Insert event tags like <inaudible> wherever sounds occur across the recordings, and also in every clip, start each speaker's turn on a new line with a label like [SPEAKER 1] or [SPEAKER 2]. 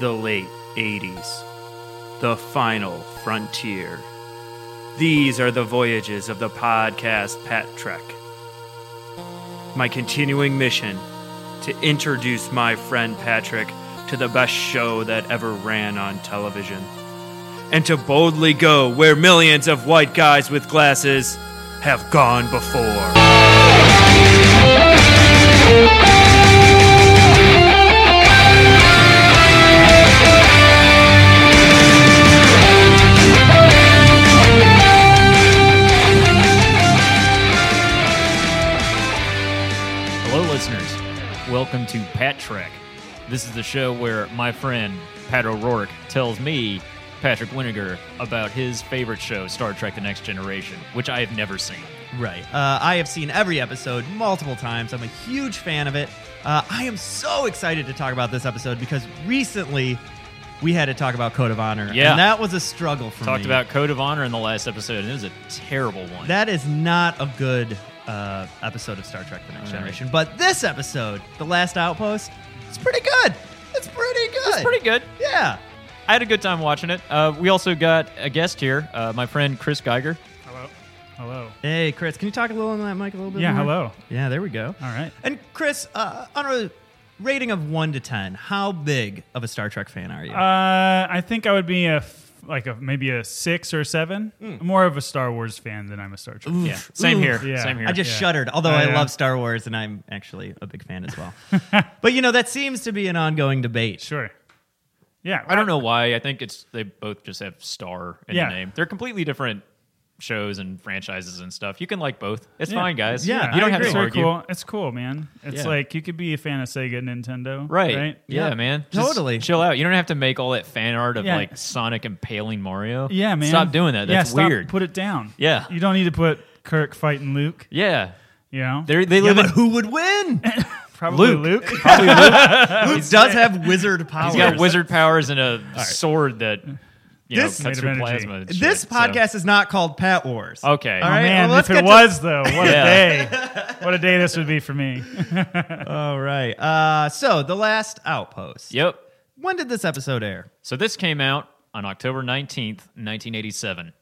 [SPEAKER 1] the late 80s, the final frontier. These are the voyages of the podcast Pat Trek. My continuing mission to introduce my friend Patrick to the best show that ever ran on television, and to boldly go where millions of white guys with glasses have gone before.
[SPEAKER 2] Hello, listeners. Welcome to Pat Trek. This is the show where my friend Pat O'Rourke tells me, Patrick Winiger, about his favorite show, Star Trek The Next Generation, which I have never seen.
[SPEAKER 3] Right. Uh, I have seen every episode multiple times. I'm a huge fan of it. Uh, I am so excited to talk about this episode because recently we had to talk about Code of Honor.
[SPEAKER 2] Yeah.
[SPEAKER 3] And that was a struggle for
[SPEAKER 2] Talked
[SPEAKER 3] me.
[SPEAKER 2] about Code of Honor in the last episode, and it was a terrible one.
[SPEAKER 3] That is not a good uh, episode of Star Trek The Next
[SPEAKER 2] All right.
[SPEAKER 3] Generation. But this episode, The Last Outpost, it's pretty good. It's pretty good.
[SPEAKER 2] was pretty good.
[SPEAKER 3] Yeah.
[SPEAKER 2] I had a good time watching it. Uh, we also got a guest here, uh, my friend Chris Geiger.
[SPEAKER 4] Hello. Hello.
[SPEAKER 3] Hey, Chris, can you talk a little on that mic a little bit
[SPEAKER 4] Yeah,
[SPEAKER 3] more?
[SPEAKER 4] hello.
[SPEAKER 3] Yeah, there we go.
[SPEAKER 4] All right.
[SPEAKER 3] And Chris, uh, on a rating of 1 to 10, how big of a Star Trek fan are you?
[SPEAKER 4] Uh, I think I would be a f- like a maybe a six or a seven.
[SPEAKER 2] Hmm.
[SPEAKER 4] I'm more of a Star Wars fan than I'm a Star Trek.
[SPEAKER 2] Yeah, same
[SPEAKER 3] Ooh.
[SPEAKER 2] here.
[SPEAKER 4] Yeah.
[SPEAKER 2] Same here.
[SPEAKER 3] I just
[SPEAKER 4] Yeah.
[SPEAKER 3] shuddered,
[SPEAKER 2] Oh,
[SPEAKER 3] although I
[SPEAKER 4] Yeah.
[SPEAKER 3] love Star Wars and I'm actually a big fan as well. <laughs> but you know, that seems to be an ongoing debate.
[SPEAKER 4] Sure. Yeah.
[SPEAKER 2] I don't know why. I think it's they both just have star in
[SPEAKER 4] Yeah.
[SPEAKER 2] the name. They're completely different shows and franchises and stuff. You can like both. It's
[SPEAKER 4] Yeah.
[SPEAKER 2] fine, guys.
[SPEAKER 3] Yeah,
[SPEAKER 2] you don't
[SPEAKER 4] I
[SPEAKER 2] have
[SPEAKER 4] agree.
[SPEAKER 2] to
[SPEAKER 4] They're
[SPEAKER 2] argue.
[SPEAKER 4] Cool. It's cool, man. It's
[SPEAKER 2] Yeah.
[SPEAKER 4] like you could be a fan of Sega, and Nintendo,
[SPEAKER 2] Right.
[SPEAKER 4] Right.
[SPEAKER 2] Yeah,
[SPEAKER 3] Yeah.
[SPEAKER 2] man. Just
[SPEAKER 3] Totally.
[SPEAKER 2] Chill out. You don't have to make all that fan art of
[SPEAKER 4] Yeah.
[SPEAKER 2] like Sonic impaling Mario.
[SPEAKER 4] Yeah, man.
[SPEAKER 2] Stop doing that. That's
[SPEAKER 4] yeah, stop.
[SPEAKER 2] weird.
[SPEAKER 4] Put it down.
[SPEAKER 2] Yeah.
[SPEAKER 4] You don't need to put Kirk fighting Luke.
[SPEAKER 2] yeah.
[SPEAKER 4] You know,
[SPEAKER 2] They're, they
[SPEAKER 3] Yeah,
[SPEAKER 2] live in.
[SPEAKER 3] but who would win?
[SPEAKER 4] probably Luke. Oh,
[SPEAKER 3] Who does have wizard
[SPEAKER 2] <laughs> <laughs>
[SPEAKER 3] powers?
[SPEAKER 2] He's got wizard powers and a sword that you
[SPEAKER 3] This-
[SPEAKER 2] know, cuts
[SPEAKER 4] Made
[SPEAKER 2] through
[SPEAKER 4] of energy.
[SPEAKER 2] plasma. and
[SPEAKER 3] this
[SPEAKER 2] shit, so-
[SPEAKER 3] podcast is not called Pat Wars.
[SPEAKER 2] Okay.
[SPEAKER 3] All
[SPEAKER 4] Oh,
[SPEAKER 3] right,
[SPEAKER 4] man,
[SPEAKER 3] well, let's
[SPEAKER 4] if
[SPEAKER 3] get
[SPEAKER 4] it
[SPEAKER 3] to-
[SPEAKER 4] was though, what
[SPEAKER 2] Yeah.
[SPEAKER 4] a day!
[SPEAKER 2] <laughs>
[SPEAKER 4] What a day this would be for me.
[SPEAKER 3] All right. Uh, so, The Last Outpost.
[SPEAKER 2] Yep.
[SPEAKER 3] When did this episode air?
[SPEAKER 2] So this came out on October 19th, 1987.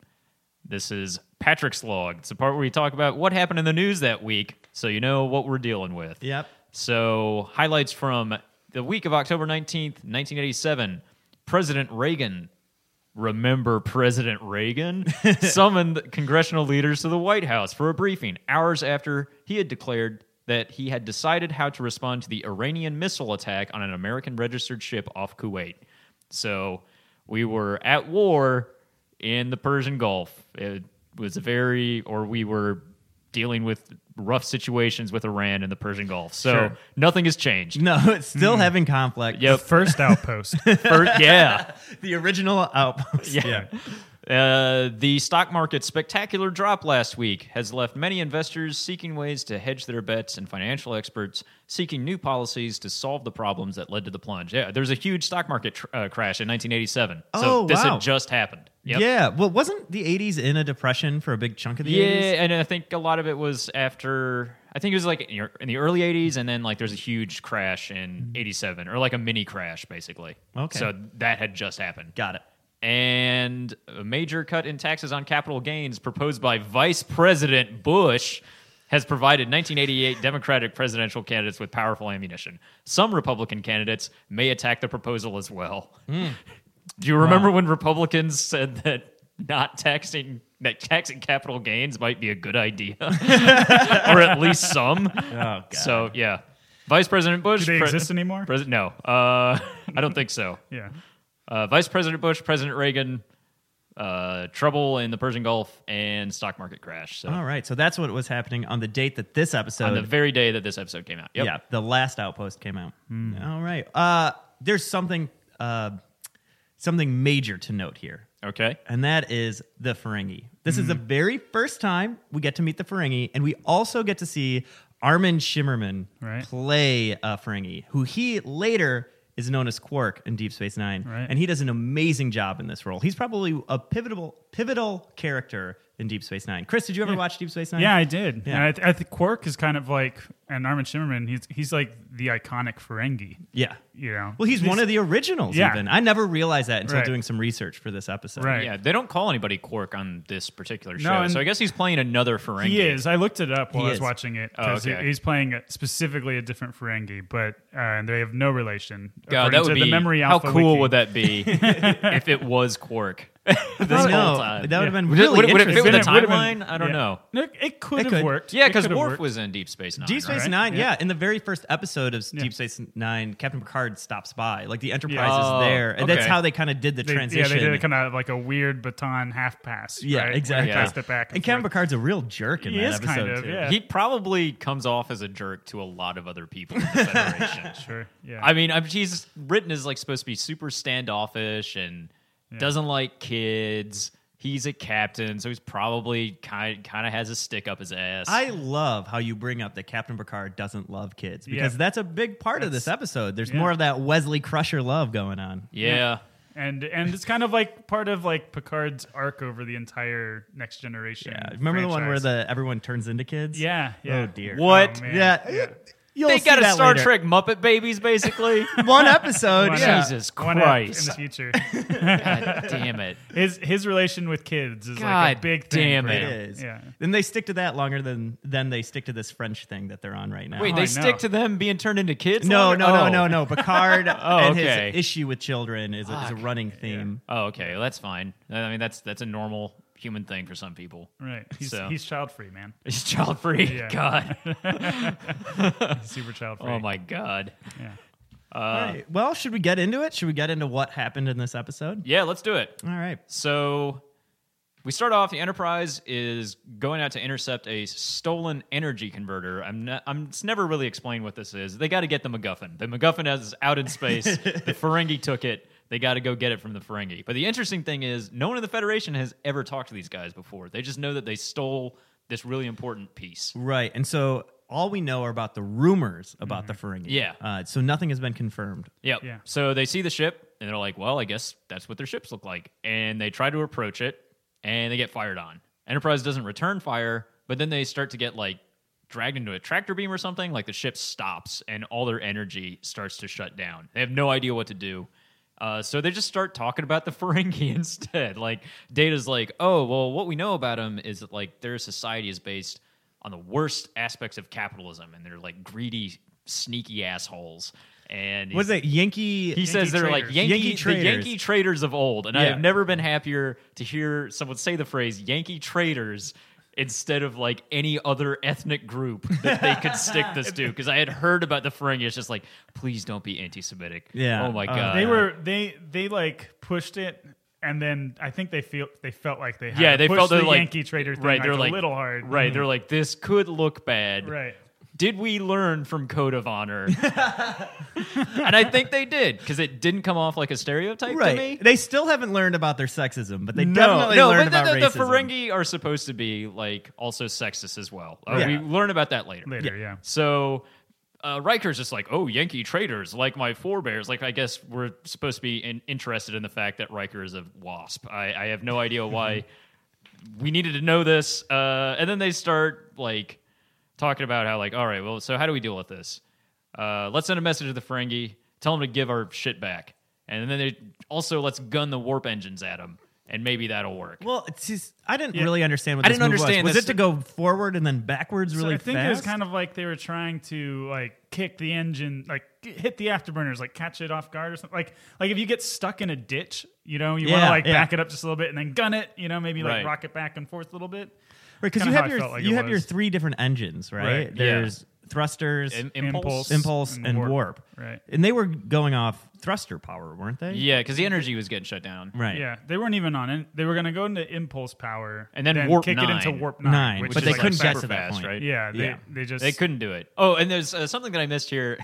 [SPEAKER 2] This is Patrick's Log. It's the part where we talk about what happened in the news that week so you know what we're dealing with.
[SPEAKER 3] Yep.
[SPEAKER 2] So, highlights from the week of October 19th, 1987. President Reagan, remember President Reagan, summoned congressional leaders to the White House for a briefing hours after he had declared that he had decided how to respond to the Iranian missile attack on an American registered ship off Kuwait. So, we were at war in the Persian Gulf. It was a very, or we were dealing with rough situations with Iran and the Persian Gulf. So
[SPEAKER 3] Sure.
[SPEAKER 2] nothing has changed.
[SPEAKER 3] <laughs> <laughs> No, it's still having conflict.
[SPEAKER 2] Hmm. Yep. <laughs>
[SPEAKER 4] First outpost.
[SPEAKER 2] Fir- yeah.
[SPEAKER 3] The original outpost.
[SPEAKER 2] Yeah. Uh, the stock market's spectacular drop last week has left many investors seeking ways to hedge their bets and financial experts seeking new policies to solve the problems that led to the plunge. Yeah, there's a huge stock market tr- uh, crash in 1987. so
[SPEAKER 3] Oh,
[SPEAKER 2] this
[SPEAKER 3] wow.
[SPEAKER 2] had just happened. <laughs> Yep.
[SPEAKER 3] Yeah. Well, wasn't the 80s in a depression for a big chunk of the
[SPEAKER 2] Yeah,
[SPEAKER 3] 80s?
[SPEAKER 2] and I think a lot of it was after. I think it was like in your- in the early '80s, and then like there's a huge crash in '87, or like a mini crash, basically.
[SPEAKER 3] Mm-hmm. Okay.
[SPEAKER 2] So that had just happened.
[SPEAKER 3] Got it.
[SPEAKER 2] And a major cut in taxes on capital gains proposed by Vice President Bush has provided 1988 Democratic presidential candidates with powerful ammunition. Some Republican candidates may attack the proposal as well. Do you remember when Republicans said that not taxing that taxing capital gains might be a good
[SPEAKER 4] <laughs>
[SPEAKER 2] idea, or at least some?
[SPEAKER 3] Oh, God.
[SPEAKER 2] So yeah, Vice President Bush.
[SPEAKER 4] Do they exist anymore?
[SPEAKER 2] Pres- no, uh, <laughs> I don't think so.
[SPEAKER 4] yeah.
[SPEAKER 2] Uh, Vice President Bush, President Reagan, uh, trouble in the Persian Gulf, and stock market crash. So
[SPEAKER 4] Oh,
[SPEAKER 3] All right. So that's what was happening on the date that this episode
[SPEAKER 2] on the very day that this episode came out. Yep.
[SPEAKER 3] Yeah, the last outpost came out.
[SPEAKER 4] Hmm.
[SPEAKER 3] All right. Uh, there's something uh, something major to note here,
[SPEAKER 2] Okay.
[SPEAKER 3] and that is the Ferengi. This is the
[SPEAKER 4] Hmm.
[SPEAKER 3] very first time we get to meet the Ferengi, and we also get to see Armin Shimmerman
[SPEAKER 4] Right.
[SPEAKER 3] play a Ferengi, who he later is known as Quark in Deep Space Nine,
[SPEAKER 4] Right.
[SPEAKER 3] and he does an amazing job in this role. He's probably a pivotal pivotal character in Deep Space Nine. Chris, did you ever watch Deep Space Nine?
[SPEAKER 4] Yeah, I did.
[SPEAKER 3] Yeah.
[SPEAKER 4] And I, th- I think Quark is kind of like and Armin Shimmerman, he's he's like the iconic Ferengi.
[SPEAKER 3] Yeah.
[SPEAKER 4] You know.
[SPEAKER 3] Well, he's, one of the originals.
[SPEAKER 4] Yeah.
[SPEAKER 3] Even I never realized that until
[SPEAKER 4] Right.
[SPEAKER 3] doing some research for this episode.
[SPEAKER 4] Right.
[SPEAKER 2] Yeah, they don't call anybody Quark on this particular show,
[SPEAKER 4] and-
[SPEAKER 2] so I guess he's playing another Ferengi.
[SPEAKER 4] He is. I looked it up while
[SPEAKER 3] He
[SPEAKER 4] I was
[SPEAKER 3] is.
[SPEAKER 4] watching it
[SPEAKER 2] Oh,
[SPEAKER 4] because
[SPEAKER 2] okay.
[SPEAKER 4] he's playing a, specifically a diffent Ferengi, but uh, and they have no relation.
[SPEAKER 2] God,
[SPEAKER 4] according
[SPEAKER 2] Oh, that would
[SPEAKER 4] to
[SPEAKER 2] be
[SPEAKER 4] the memory
[SPEAKER 2] how
[SPEAKER 4] alpha
[SPEAKER 2] cool
[SPEAKER 4] wiki.
[SPEAKER 2] would that <laughs> be if it was
[SPEAKER 3] <laughs>
[SPEAKER 2] Quark? this whole
[SPEAKER 3] I know.
[SPEAKER 2] time.
[SPEAKER 3] That would have been
[SPEAKER 2] Would it-
[SPEAKER 3] really
[SPEAKER 2] would it- would it fit
[SPEAKER 3] interesting.
[SPEAKER 2] with the
[SPEAKER 4] It would've
[SPEAKER 2] timeline? I don't know.
[SPEAKER 4] It, it could
[SPEAKER 3] It
[SPEAKER 4] have
[SPEAKER 3] could.
[SPEAKER 4] worked.
[SPEAKER 2] yeah,
[SPEAKER 4] It
[SPEAKER 2] because
[SPEAKER 4] could have
[SPEAKER 2] Worf
[SPEAKER 4] worked.
[SPEAKER 2] was in Deep Space Nine.
[SPEAKER 3] Deep Space
[SPEAKER 4] right?
[SPEAKER 3] Nine,
[SPEAKER 4] Yeah.
[SPEAKER 3] yeah. In the very first episode of Deep Space Nine, Captain Picard stops by. Like the Enterprise
[SPEAKER 2] Yeah.
[SPEAKER 3] is there, and
[SPEAKER 2] Oh,
[SPEAKER 3] that's
[SPEAKER 2] Okay.
[SPEAKER 3] how they kind of did the
[SPEAKER 4] They-
[SPEAKER 3] transition.
[SPEAKER 4] Yeah, they did it kind of like a weird baton half pass.
[SPEAKER 3] Yeah,
[SPEAKER 4] right? Where they
[SPEAKER 3] exactly.
[SPEAKER 4] Passed it back.
[SPEAKER 3] and Captain
[SPEAKER 4] forth.
[SPEAKER 3] Picard's a real jerk in
[SPEAKER 4] He
[SPEAKER 3] that
[SPEAKER 4] is
[SPEAKER 3] episode
[SPEAKER 4] kind of,
[SPEAKER 3] too.
[SPEAKER 4] yeah.
[SPEAKER 2] He probably comes off as a jerk to a lot of other people in the
[SPEAKER 3] <laughs>
[SPEAKER 2] Federation.
[SPEAKER 4] Sure. Yeah.
[SPEAKER 2] I mean, I'm, he's written as like supposed to be super standoffish and doesn't like kids. He's a captain, so he's probably kind kind of has a stick up his ass.
[SPEAKER 3] I love how you bring up that Captain Picard doesn't love kids because
[SPEAKER 4] Yeah.
[SPEAKER 3] that's a big part of this episode. There's
[SPEAKER 4] yeah.
[SPEAKER 3] more of that Wesley Crusher love going on.
[SPEAKER 2] yeah.
[SPEAKER 4] and and it's kind of like part of like Picard's arc over the entire Next Generation.
[SPEAKER 3] Yeah, remember the one where
[SPEAKER 4] franchise.
[SPEAKER 3] the everyone turns into kids?
[SPEAKER 4] Yeah. yeah.
[SPEAKER 3] Oh dear.
[SPEAKER 2] What?
[SPEAKER 4] Oh, man.
[SPEAKER 3] Yeah. You'll
[SPEAKER 2] They
[SPEAKER 3] see
[SPEAKER 2] got a
[SPEAKER 3] that
[SPEAKER 2] Star
[SPEAKER 3] later.
[SPEAKER 2] Trek Muppet Babies, basically.
[SPEAKER 3] <laughs> One episode.
[SPEAKER 4] One-
[SPEAKER 3] yeah.
[SPEAKER 2] Jesus
[SPEAKER 4] one act in
[SPEAKER 2] Christ.
[SPEAKER 4] the future.
[SPEAKER 2] God damn it.
[SPEAKER 4] His his relation with kids is like
[SPEAKER 2] God
[SPEAKER 4] a big thing.
[SPEAKER 2] damn
[SPEAKER 4] for
[SPEAKER 2] it.
[SPEAKER 3] It
[SPEAKER 4] him.
[SPEAKER 3] is.
[SPEAKER 4] Yeah.
[SPEAKER 3] Then they stick to that longer than than they stick to this French thing that they're on right now.
[SPEAKER 2] Wait,
[SPEAKER 4] Oh,
[SPEAKER 2] they
[SPEAKER 4] I
[SPEAKER 2] stick
[SPEAKER 4] know.
[SPEAKER 2] to them being turned into kids?
[SPEAKER 3] no,
[SPEAKER 2] longer?
[SPEAKER 3] no,
[SPEAKER 2] Oh.
[SPEAKER 3] no, no, no.
[SPEAKER 2] <laughs>
[SPEAKER 3] Picard and
[SPEAKER 2] okay.
[SPEAKER 3] his issue with children is a, is a running theme.
[SPEAKER 2] Oh, okay. Well, that's fine. I mean, that's that's a normal human thing for some people.
[SPEAKER 4] Right. He's
[SPEAKER 2] So.
[SPEAKER 4] he's child free, man.
[SPEAKER 2] It's child free.
[SPEAKER 4] Yeah.
[SPEAKER 2] <laughs> God.
[SPEAKER 4] He's super child free.
[SPEAKER 2] Oh my God.
[SPEAKER 4] Yeah.
[SPEAKER 2] Uh,
[SPEAKER 3] All right. Well, should we get into it? Should we get into what happened in this episode?
[SPEAKER 2] Yeah, let's do it.
[SPEAKER 3] All right.
[SPEAKER 2] So we start off. The Enterprise is going out to intercept a stolen energy converter. I'm not, I'm. It's never really explained what this is. They got to get the MacGuffin. The MacGuffin is out in space. the Ferengi took it. They got to go get it from the Ferengi. But the interesting thing is, no one in the Federation has ever talked to these guys before. They just know that they stole this really important piece.
[SPEAKER 3] Right. And so all we know are about the rumors about the
[SPEAKER 4] Mm-hmm.
[SPEAKER 3] Ferengi.
[SPEAKER 2] Yeah.
[SPEAKER 3] Uh, so nothing has been confirmed.
[SPEAKER 2] Yep.
[SPEAKER 4] Yeah.
[SPEAKER 2] So they see the ship and they're like, well, I guess that's what their ships look like. And they try to approach it and they get fired on. Enterprise doesn't return fire, but then they start to get like dragged into a tractor beam or something. Like the ship stops and all their energy starts to shut down. They have no idea what to do. Uh, so they just start talking about the <laughs> Ferengi instead. Like Data's like, oh, well, what we know about them is that like their society is based on the worst aspects of capitalism and they're like greedy, sneaky assholes. And
[SPEAKER 3] What
[SPEAKER 2] he's-
[SPEAKER 3] is it? Yankee.
[SPEAKER 2] he says they're like
[SPEAKER 4] traders.
[SPEAKER 2] Yankee,
[SPEAKER 3] Yankee
[SPEAKER 2] the
[SPEAKER 3] traders.
[SPEAKER 2] Yankee traders of old, and I
[SPEAKER 3] Yeah.
[SPEAKER 2] have never been happier to hear someone say the phrase Yankee traders instead of like any other ethnic group that they could stick this
[SPEAKER 4] <laughs>
[SPEAKER 2] to. Because I had heard about the Ferengi, it's just like, please don't be anti-Semitic.
[SPEAKER 3] Yeah.
[SPEAKER 2] Oh my
[SPEAKER 3] Uh,
[SPEAKER 2] god.
[SPEAKER 4] They were they they like pushed it. And then I think they feel they felt like they had
[SPEAKER 2] yeah.
[SPEAKER 4] to
[SPEAKER 2] They
[SPEAKER 4] push
[SPEAKER 2] felt
[SPEAKER 4] the
[SPEAKER 2] they're like
[SPEAKER 4] Yankee trader thing
[SPEAKER 2] Right. They're
[SPEAKER 4] like,
[SPEAKER 2] like
[SPEAKER 4] a little hard.
[SPEAKER 3] Mm-hmm.
[SPEAKER 2] Right. They're like this could look bad.
[SPEAKER 4] Right.
[SPEAKER 2] did we learn from Code of
[SPEAKER 4] <laughs>
[SPEAKER 2] Honor? and I think they did because it didn't come off like a stereotype to me.
[SPEAKER 3] Right. They still haven't learned about their sexism, but they
[SPEAKER 2] No,
[SPEAKER 3] definitely
[SPEAKER 2] no,
[SPEAKER 3] learned
[SPEAKER 2] but
[SPEAKER 3] about
[SPEAKER 2] the, the,
[SPEAKER 3] racism.
[SPEAKER 2] the Ferengi are supposed to be like also sexist as well. Uh,
[SPEAKER 3] Yeah.
[SPEAKER 2] We learn about that later.
[SPEAKER 4] Later, yeah.
[SPEAKER 2] So uh, Riker's just like, oh, Yankee traitors, like my forebears. Like I guess we're supposed to be in, interested in the fact that Riker is a wasp. I, I have no idea why we needed to know this. Uh, and then they start like talking about how like, all right, well, so how do we deal with this? Uh, let's send a message to the Ferengi, tell them to give our shit back, and then they also let's gun the warp engines at them, and maybe that'll work.
[SPEAKER 3] Well, it's just, I didn't really understand what
[SPEAKER 2] I
[SPEAKER 3] this
[SPEAKER 2] didn't
[SPEAKER 3] move
[SPEAKER 2] understand
[SPEAKER 3] was.
[SPEAKER 2] this-
[SPEAKER 3] Was it to go forward and then backwards really
[SPEAKER 4] so I think
[SPEAKER 3] fast?
[SPEAKER 4] it was kind of like they were trying to like kick the engine, like g- hit the afterburners, like catch it off guard or something. Like like if you get stuck in a ditch, you know, you want
[SPEAKER 3] Yeah,
[SPEAKER 4] to like
[SPEAKER 3] yeah.
[SPEAKER 4] back it up just a little bit and then gun it, you know, maybe like
[SPEAKER 2] Right.
[SPEAKER 4] rock it back and forth a little bit.
[SPEAKER 3] because
[SPEAKER 4] kinda
[SPEAKER 3] you
[SPEAKER 4] how
[SPEAKER 3] have
[SPEAKER 4] I
[SPEAKER 3] your
[SPEAKER 4] felt like
[SPEAKER 3] you
[SPEAKER 4] it
[SPEAKER 3] have your
[SPEAKER 4] was.
[SPEAKER 3] three different engines, right?
[SPEAKER 4] Right,
[SPEAKER 2] yeah.
[SPEAKER 3] There's thrusters,
[SPEAKER 2] Im-
[SPEAKER 4] Impulse.
[SPEAKER 3] impulse,
[SPEAKER 4] and
[SPEAKER 3] and warp.
[SPEAKER 4] warp, right.
[SPEAKER 3] And they were going off thruster power, weren't they?
[SPEAKER 2] Yeah, because the energy was getting shut down.
[SPEAKER 3] Right.
[SPEAKER 4] Yeah, they weren't even on it. They were going to go into impulse power
[SPEAKER 2] And then warp
[SPEAKER 4] kick it into
[SPEAKER 2] nine.
[SPEAKER 4] warp nine,
[SPEAKER 3] Nine,
[SPEAKER 4] which
[SPEAKER 3] but
[SPEAKER 4] is
[SPEAKER 3] they
[SPEAKER 4] like
[SPEAKER 3] couldn't
[SPEAKER 4] back-
[SPEAKER 3] get to
[SPEAKER 2] super
[SPEAKER 3] that
[SPEAKER 2] fast,
[SPEAKER 3] point.
[SPEAKER 2] right?
[SPEAKER 4] Yeah, they,
[SPEAKER 3] Yeah.
[SPEAKER 4] they just
[SPEAKER 2] They couldn't do it. Oh, and there's uh, something that I missed here.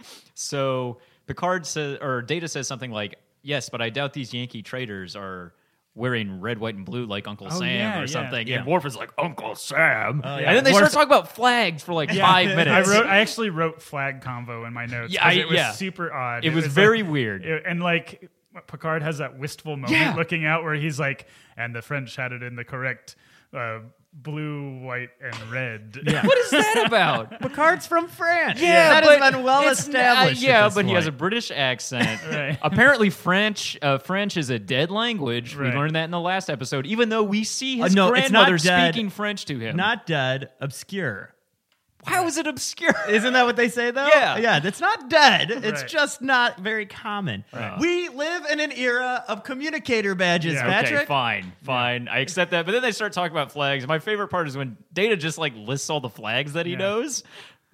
[SPEAKER 2] <laughs> so Picard says, or Data says something like, "Yes, but I doubt these Yankee traders are." Wearing red, white, and blue like Uncle Sam
[SPEAKER 4] yeah, yeah,
[SPEAKER 2] or something,
[SPEAKER 3] Oh, yeah. Oh,
[SPEAKER 2] and Worf is like Uncle Sam,
[SPEAKER 3] yeah.
[SPEAKER 2] and then they
[SPEAKER 3] Worf-
[SPEAKER 2] start talking about flags for like
[SPEAKER 4] Yeah.
[SPEAKER 2] five minutes.
[SPEAKER 4] I wrote. I actually wrote flag convo in my notes.
[SPEAKER 2] Yeah,
[SPEAKER 4] 'cause
[SPEAKER 2] I-
[SPEAKER 4] it was
[SPEAKER 2] yeah.
[SPEAKER 4] super odd.
[SPEAKER 2] It was very
[SPEAKER 4] like-
[SPEAKER 2] weird.
[SPEAKER 4] it- and like Picard has that wistful moment
[SPEAKER 2] Yeah.
[SPEAKER 4] looking out where he's like, "And the French had it in the correct uh, blue, white, and red.
[SPEAKER 2] <laughs>
[SPEAKER 4] <laughs>
[SPEAKER 2] What is that
[SPEAKER 3] <laughs>
[SPEAKER 2] about?
[SPEAKER 3] Picard's from France.
[SPEAKER 2] Yeah,
[SPEAKER 3] that has
[SPEAKER 2] but
[SPEAKER 3] been well
[SPEAKER 2] it's
[SPEAKER 3] established.
[SPEAKER 2] not- yeah,
[SPEAKER 3] at this
[SPEAKER 2] but he has a
[SPEAKER 3] point.
[SPEAKER 2] British
[SPEAKER 3] <laughs>
[SPEAKER 2] accent.
[SPEAKER 4] Right.
[SPEAKER 2] Apparently, French uh, French is a dead language.
[SPEAKER 4] Right.
[SPEAKER 2] We learned that in the last episode. Even though we see his
[SPEAKER 3] Uh, no, it's not
[SPEAKER 2] grandmother
[SPEAKER 3] dead.
[SPEAKER 2] speaking French to him,
[SPEAKER 3] not dead, obscure.
[SPEAKER 2] how is it
[SPEAKER 4] <laughs>
[SPEAKER 2] obscure?
[SPEAKER 3] Isn't that what they say though?
[SPEAKER 2] Yeah.
[SPEAKER 3] Yeah, it's not dead. It's
[SPEAKER 4] Right.
[SPEAKER 3] just not very common. We live in an era of communicator badges,
[SPEAKER 4] Yeah.
[SPEAKER 2] Okay,
[SPEAKER 3] Patrick.
[SPEAKER 2] fine, fine. I accept that. But then they start talking about flags. My favorite part is when Data just like lists all the flags that he
[SPEAKER 4] Yeah.
[SPEAKER 2] knows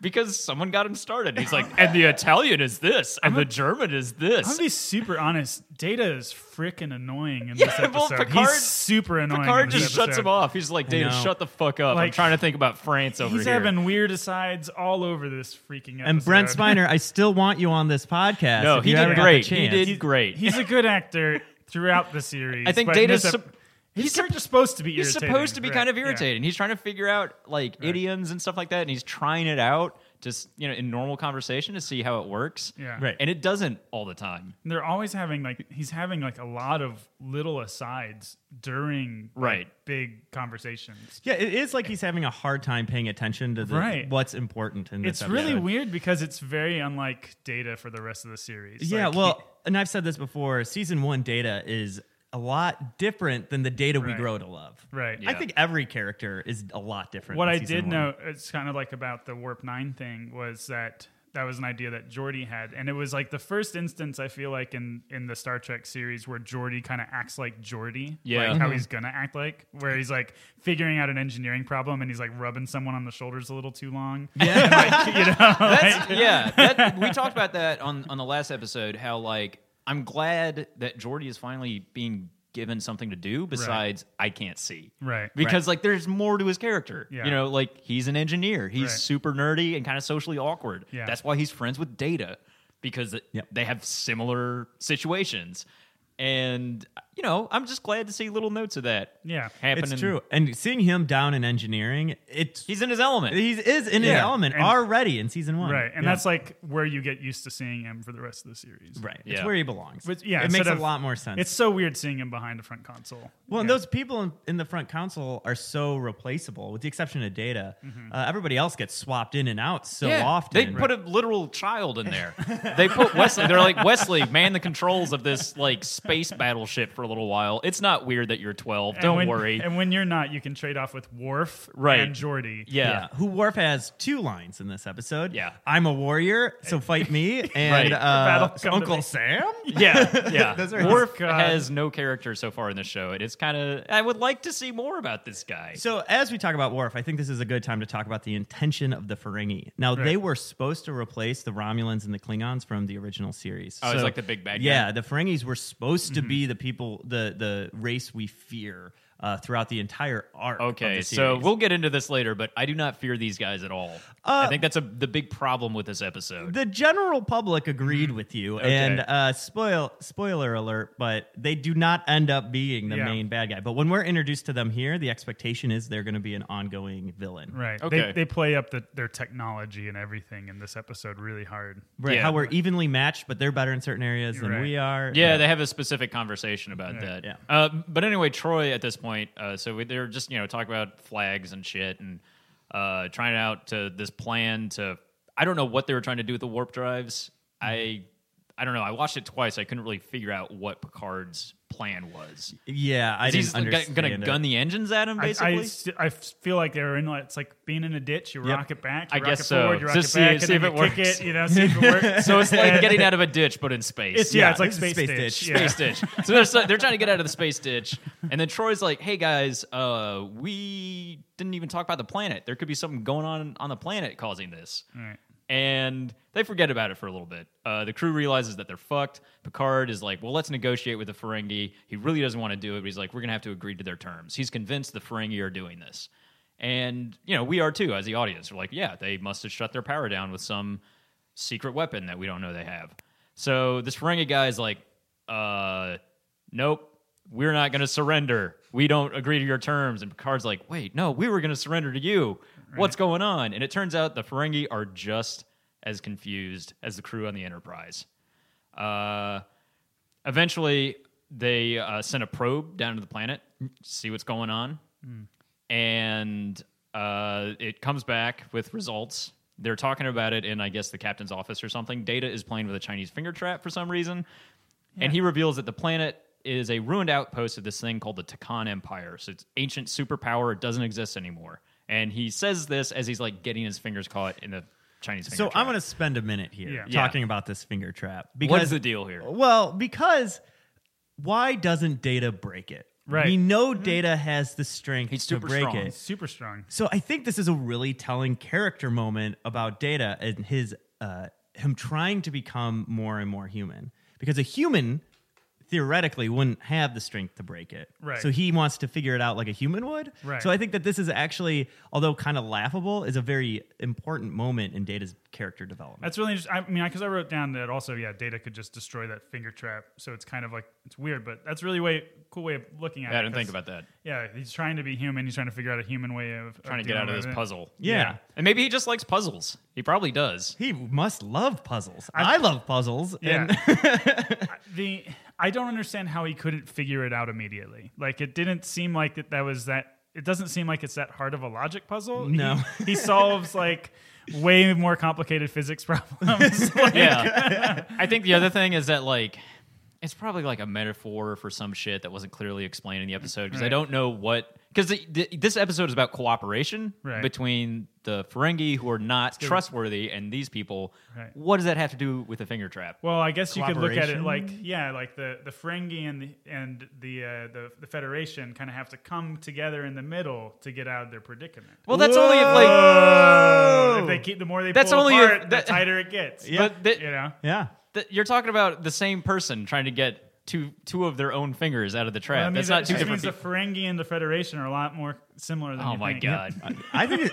[SPEAKER 2] because someone got him started. He's
[SPEAKER 4] <laughs>
[SPEAKER 2] like, and the Italian is this, and the German is
[SPEAKER 4] I'm
[SPEAKER 2] this.
[SPEAKER 4] gonna be super honest. Data is freaking annoying in this
[SPEAKER 2] Yeah, well,
[SPEAKER 4] episode.
[SPEAKER 2] Picard-
[SPEAKER 4] he's super annoying.
[SPEAKER 2] Picard
[SPEAKER 4] in this
[SPEAKER 2] just shuts
[SPEAKER 4] episode.
[SPEAKER 2] him off. He's like, Data,
[SPEAKER 3] know.
[SPEAKER 2] shut the fuck up. I'm
[SPEAKER 4] Like,
[SPEAKER 2] trying to think about France over
[SPEAKER 4] He's
[SPEAKER 2] here.
[SPEAKER 4] having weird asides all over this freaking episode.
[SPEAKER 3] And Brent Spiner, I still want you on this podcast.
[SPEAKER 2] No,
[SPEAKER 3] if
[SPEAKER 2] he
[SPEAKER 3] you
[SPEAKER 2] did
[SPEAKER 3] ever got the
[SPEAKER 2] great. He
[SPEAKER 3] chance.
[SPEAKER 2] did- great.
[SPEAKER 4] <laughs> He's a good actor throughout the series.
[SPEAKER 2] I think
[SPEAKER 4] but in
[SPEAKER 2] Data's
[SPEAKER 4] this
[SPEAKER 2] sup-
[SPEAKER 4] ep- his
[SPEAKER 2] he's sup-
[SPEAKER 4] character's supposed to be.
[SPEAKER 2] He's
[SPEAKER 4] irritating,
[SPEAKER 2] supposed to be
[SPEAKER 4] right,
[SPEAKER 2] kind of
[SPEAKER 4] yeah.
[SPEAKER 2] irritating. He's trying to figure out like idioms and stuff like that, and he's trying it out just you know in normal conversation to see how it works.
[SPEAKER 4] Yeah.
[SPEAKER 3] Right.
[SPEAKER 2] And it doesn't all the time.
[SPEAKER 4] And they're always having like he's having like a lot of little asides during like,
[SPEAKER 2] Right.
[SPEAKER 4] big conversations.
[SPEAKER 3] Yeah, it is like he's having a hard time paying attention to the,
[SPEAKER 4] Right.
[SPEAKER 3] what's important in this
[SPEAKER 4] It's really
[SPEAKER 3] episode.
[SPEAKER 4] weird because it's very unlike Data for the rest of the series.
[SPEAKER 3] Yeah,
[SPEAKER 4] Like,
[SPEAKER 3] well, and I've said this before. Season one data is a lot different than the data we
[SPEAKER 4] Right.
[SPEAKER 3] grow to love.
[SPEAKER 4] he- right.
[SPEAKER 2] Yeah.
[SPEAKER 3] I think every character is a lot different.
[SPEAKER 4] What
[SPEAKER 3] in
[SPEAKER 4] I
[SPEAKER 3] season
[SPEAKER 4] did
[SPEAKER 3] one.
[SPEAKER 4] know, it's kind of like about the Warp 9 thing, was that that was an idea that Geordi had. And it was like the first instance, I feel like, in, in the Star Trek series where Geordi kind of acts like Geordi.
[SPEAKER 2] Yeah.
[SPEAKER 4] Like how he's going to act like, where he's like figuring out an engineering problem and he's like rubbing someone on the shoulders a little too long. Yeah. you know?
[SPEAKER 2] That's, <laughs> yeah, that, we talked about that on on the last episode. How like I'm glad that Jordy is finally being given something to do besides I can't see.
[SPEAKER 4] Right.
[SPEAKER 2] Because like there's more to his character.
[SPEAKER 4] Yeah.
[SPEAKER 2] You know, like he's an engineer. He's
[SPEAKER 4] Right.
[SPEAKER 2] super nerdy and kind of socially awkward.
[SPEAKER 4] Yeah.
[SPEAKER 2] That's why he's friends with Data because it-
[SPEAKER 3] Yep.
[SPEAKER 2] they have similar situations. And you know, I'm just glad to see little notes of that.
[SPEAKER 4] Yeah.
[SPEAKER 2] Happening.
[SPEAKER 3] It's true. And seeing him down in engineering, it's
[SPEAKER 2] He's in his element.
[SPEAKER 3] he's is in his
[SPEAKER 4] Yeah.
[SPEAKER 3] element
[SPEAKER 4] And-
[SPEAKER 3] already in season one.
[SPEAKER 4] Right. And
[SPEAKER 3] Yeah.
[SPEAKER 4] that's like where you get used to seeing him for the rest of the series.
[SPEAKER 3] right. It's
[SPEAKER 2] Yeah.
[SPEAKER 3] where he belongs.
[SPEAKER 4] But, yeah,
[SPEAKER 3] it makes a
[SPEAKER 4] instead of-
[SPEAKER 3] lot more sense.
[SPEAKER 4] It's so weird seeing him behind a front console.
[SPEAKER 3] Well, and
[SPEAKER 4] Yeah.
[SPEAKER 3] those people in, in the front council are so replaceable, with the exception of Data. Uh, everybody else gets swapped in and out so
[SPEAKER 2] Mm-hmm. Yeah.
[SPEAKER 3] often.
[SPEAKER 2] They put a literal child in
[SPEAKER 3] <laughs>
[SPEAKER 2] there. they put Wesley. They're like Wesley, man the controls of this like space battleship for a little while. It's not weird that you're 12.
[SPEAKER 4] And
[SPEAKER 2] Don't
[SPEAKER 4] when-
[SPEAKER 2] worry.
[SPEAKER 4] And when you're not, you can trade off with Worf
[SPEAKER 2] Right.
[SPEAKER 4] and Geordi.
[SPEAKER 2] yeah.
[SPEAKER 3] Who Worf has two lines in this episode.
[SPEAKER 2] Yeah.
[SPEAKER 3] I'm a warrior, so
[SPEAKER 2] <laughs>
[SPEAKER 3] fight me.
[SPEAKER 2] Right.
[SPEAKER 3] And uh,
[SPEAKER 4] Battle come to
[SPEAKER 3] Uncle
[SPEAKER 4] me.
[SPEAKER 3] Sam?
[SPEAKER 2] Yeah, yeah.
[SPEAKER 3] <laughs> Those are
[SPEAKER 2] Worf
[SPEAKER 4] God.
[SPEAKER 2] has no character so far in the show, and it's kind of. I would like to see more about this guy.
[SPEAKER 3] So, as we talk about Worf, I think this is a good time to talk about the intention of the Ferengi. Now,
[SPEAKER 4] Right.
[SPEAKER 3] they were supposed to replace the Romulans and the Klingons from the original series.
[SPEAKER 2] Oh, it's like the big bad guy. Mm-hmm.
[SPEAKER 3] Yeah, the Ferengis were supposed to be the people, the the race we fear uh, throughout the entire arc. of
[SPEAKER 2] Okay,
[SPEAKER 3] the
[SPEAKER 2] so
[SPEAKER 3] series.
[SPEAKER 2] we'll get into this later, but I do not fear these guys at all. I
[SPEAKER 3] Uh,
[SPEAKER 2] think that's a the big problem with this episode.
[SPEAKER 3] the general public agreed with you, and uh, spoil spoiler alert, but they do not end up being the
[SPEAKER 4] Yeah.
[SPEAKER 3] main bad guy. But when we're introduced to them here, the expectation is they're going to be an ongoing villain,
[SPEAKER 4] Right.
[SPEAKER 2] Okay.
[SPEAKER 4] They, they play up the, their technology and everything in this episode really hard.
[SPEAKER 3] Right,
[SPEAKER 2] Yeah.
[SPEAKER 3] How we're evenly matched, but they're better in certain areas than
[SPEAKER 4] Right.
[SPEAKER 3] we are.
[SPEAKER 2] Yeah, they have a specific conversation about that.
[SPEAKER 3] yeah.
[SPEAKER 2] Uh, but anyway, Troy at this point, uh, so we, they're just you know talking about flags and shit and uh, trying out to this plan to. I don't know what they were trying to do with the warp drives.
[SPEAKER 3] Hmm.
[SPEAKER 2] I I don't know. I watched it twice. I couldn't really figure out what Picard's plan was.
[SPEAKER 3] yeah. I
[SPEAKER 2] Is
[SPEAKER 3] didn't
[SPEAKER 2] he's
[SPEAKER 3] understand.
[SPEAKER 2] going to
[SPEAKER 3] it.
[SPEAKER 2] gun the engins at him
[SPEAKER 4] I-
[SPEAKER 2] basically?
[SPEAKER 4] I, <laughs> st- I feel like they were in like, it's like being in a ditch. You
[SPEAKER 3] Yep.
[SPEAKER 4] rock it back. You
[SPEAKER 2] I
[SPEAKER 4] rock
[SPEAKER 2] guess
[SPEAKER 4] it forward,
[SPEAKER 2] so.
[SPEAKER 4] You rock
[SPEAKER 2] Just
[SPEAKER 4] it
[SPEAKER 2] see-
[SPEAKER 4] back,
[SPEAKER 2] see
[SPEAKER 4] and
[SPEAKER 2] if it
[SPEAKER 4] then you kick
[SPEAKER 2] works.
[SPEAKER 4] it. You know, see if it
[SPEAKER 2] <laughs>
[SPEAKER 4] works.
[SPEAKER 2] so it's like
[SPEAKER 4] And
[SPEAKER 2] getting out of a ditch, but in space.
[SPEAKER 4] It's, yeah,
[SPEAKER 3] Yeah,
[SPEAKER 4] it's like
[SPEAKER 3] this is
[SPEAKER 4] space,
[SPEAKER 3] space
[SPEAKER 4] ditch.
[SPEAKER 3] ditch.
[SPEAKER 4] Yeah.
[SPEAKER 2] space ditch. So they're, so they're trying to get out of the space ditch, and then Troy's like, "Hey guys, uh, we didn't even talk about the planet. There could be something going on on the planet causing this."
[SPEAKER 4] Right.
[SPEAKER 2] And they forget about it for a little bit. Uh, the crew realizes that they're fucked. Picard is like, "Well, let's negotiate with the Ferengi." He really doesn't want to do it, but he's like, "We're gonna have to agree to their terms." He's convinced the Ferengi are doing this, and you know we are too as the audience. We're like, "Yeah, they must have shut their power down with some." secret weapon that we don't know they have. So this Ferengi guy's like, uh, nope, we're not going to surrender. We don't agree to your terms. And Picard's like, wait, no, we were going to surrender to you. What's going on? And it turns out the Ferengi are just as confused as the crew on the Enterprise. Uh, eventually, they uh, sent a probe down to the planet, see what's going on. and uh, it comes back with results. They're talking about it in, I guess, the captain's office or something. Data is playing with a Chinese finger trap for some reason, and he reveals that the planet is a ruined outpost of this thing called the Takan Empire. So it's ancient superpower. It doesn't exist anymore. And he says this as he's like getting his fingers caught in the Chinese finger
[SPEAKER 3] So
[SPEAKER 2] trap.
[SPEAKER 3] I'm going to spend a minute here
[SPEAKER 4] Yeah.
[SPEAKER 2] Yeah.
[SPEAKER 3] talking about this finger trap because Oh,
[SPEAKER 2] What's the deal here?
[SPEAKER 3] Well, because why doesn't Data break it?
[SPEAKER 4] Right. Mm-hmm.
[SPEAKER 3] We know Data has the strength
[SPEAKER 2] He's
[SPEAKER 3] to
[SPEAKER 2] super
[SPEAKER 3] break
[SPEAKER 2] strong.
[SPEAKER 3] it.
[SPEAKER 4] Super strong.
[SPEAKER 3] So I think this is a really telling character moment about Data and his uh, him trying to become more and more human because a human theoretically wouldn't have the strength to break it.
[SPEAKER 4] Right.
[SPEAKER 3] So he wants to figure it out like a human would.
[SPEAKER 4] Right.
[SPEAKER 3] So I think that this is actually, although kind of laughable, is a very important moment in Data's character development.
[SPEAKER 4] That's really interesting. I mean, because I wrote down that also, yeah, data could just destroy that finger trap. So it's kind of like it's weird, but that's really way cool way of looking at it.
[SPEAKER 2] I didn't
[SPEAKER 4] 'cause,
[SPEAKER 2] think about that.
[SPEAKER 4] Yeah, he's trying to be human. He's trying to figure out a human way of
[SPEAKER 2] Trying to get out of this
[SPEAKER 4] dealing with it.
[SPEAKER 2] puzzle.
[SPEAKER 3] Yeah.
[SPEAKER 2] And maybe he just likes puzzles. He probably
[SPEAKER 4] <laughs>
[SPEAKER 2] does.
[SPEAKER 3] He must love puzzles. I, love puzzles.
[SPEAKER 2] <laughs>
[SPEAKER 4] Yeah.
[SPEAKER 3] And
[SPEAKER 4] the I don't understand how he couldn't figure it out immediately. Like it didn't seem like that, that was that. It doesn't seem like it's that hard of a logic puzzle.
[SPEAKER 3] No.
[SPEAKER 4] he, he solves like way more complicated physics <laughs> problems. Like,
[SPEAKER 2] yeah. <laughs> I think the other thing is that like it's probably like a metaphor for some shit that wasn't clearly explained in the episode because I
[SPEAKER 4] Right.
[SPEAKER 2] don't know what because this episode is about cooperation
[SPEAKER 4] Right.
[SPEAKER 2] between the Ferengi who are not trustworthy and these people.
[SPEAKER 4] Right.
[SPEAKER 2] What does that have to do with a finger trap?
[SPEAKER 4] Well, I guess you could look at it
[SPEAKER 3] Collaboration?
[SPEAKER 4] like yeah, like the the Ferengi and the, and the uh, the the Federation kind of have to come together in the middle to get out of their predicament.
[SPEAKER 2] Well, that's only if like
[SPEAKER 4] Uh, if they keep the more they
[SPEAKER 2] That's
[SPEAKER 4] pull
[SPEAKER 2] only if-
[SPEAKER 4] apart,
[SPEAKER 2] that- <laughs>
[SPEAKER 4] the tighter it gets.
[SPEAKER 2] But that-
[SPEAKER 4] you know,
[SPEAKER 3] yeah.
[SPEAKER 2] th- you're talking about the same person trying to get two two of their own fingers out of the trap.
[SPEAKER 4] That means
[SPEAKER 2] That's
[SPEAKER 4] that-
[SPEAKER 2] not two
[SPEAKER 4] that
[SPEAKER 2] different
[SPEAKER 4] means
[SPEAKER 2] people.
[SPEAKER 4] the Ferengi and the Federation are a lot more similar than
[SPEAKER 2] Oh
[SPEAKER 4] you
[SPEAKER 2] my
[SPEAKER 4] think.
[SPEAKER 2] god.
[SPEAKER 3] I think, it,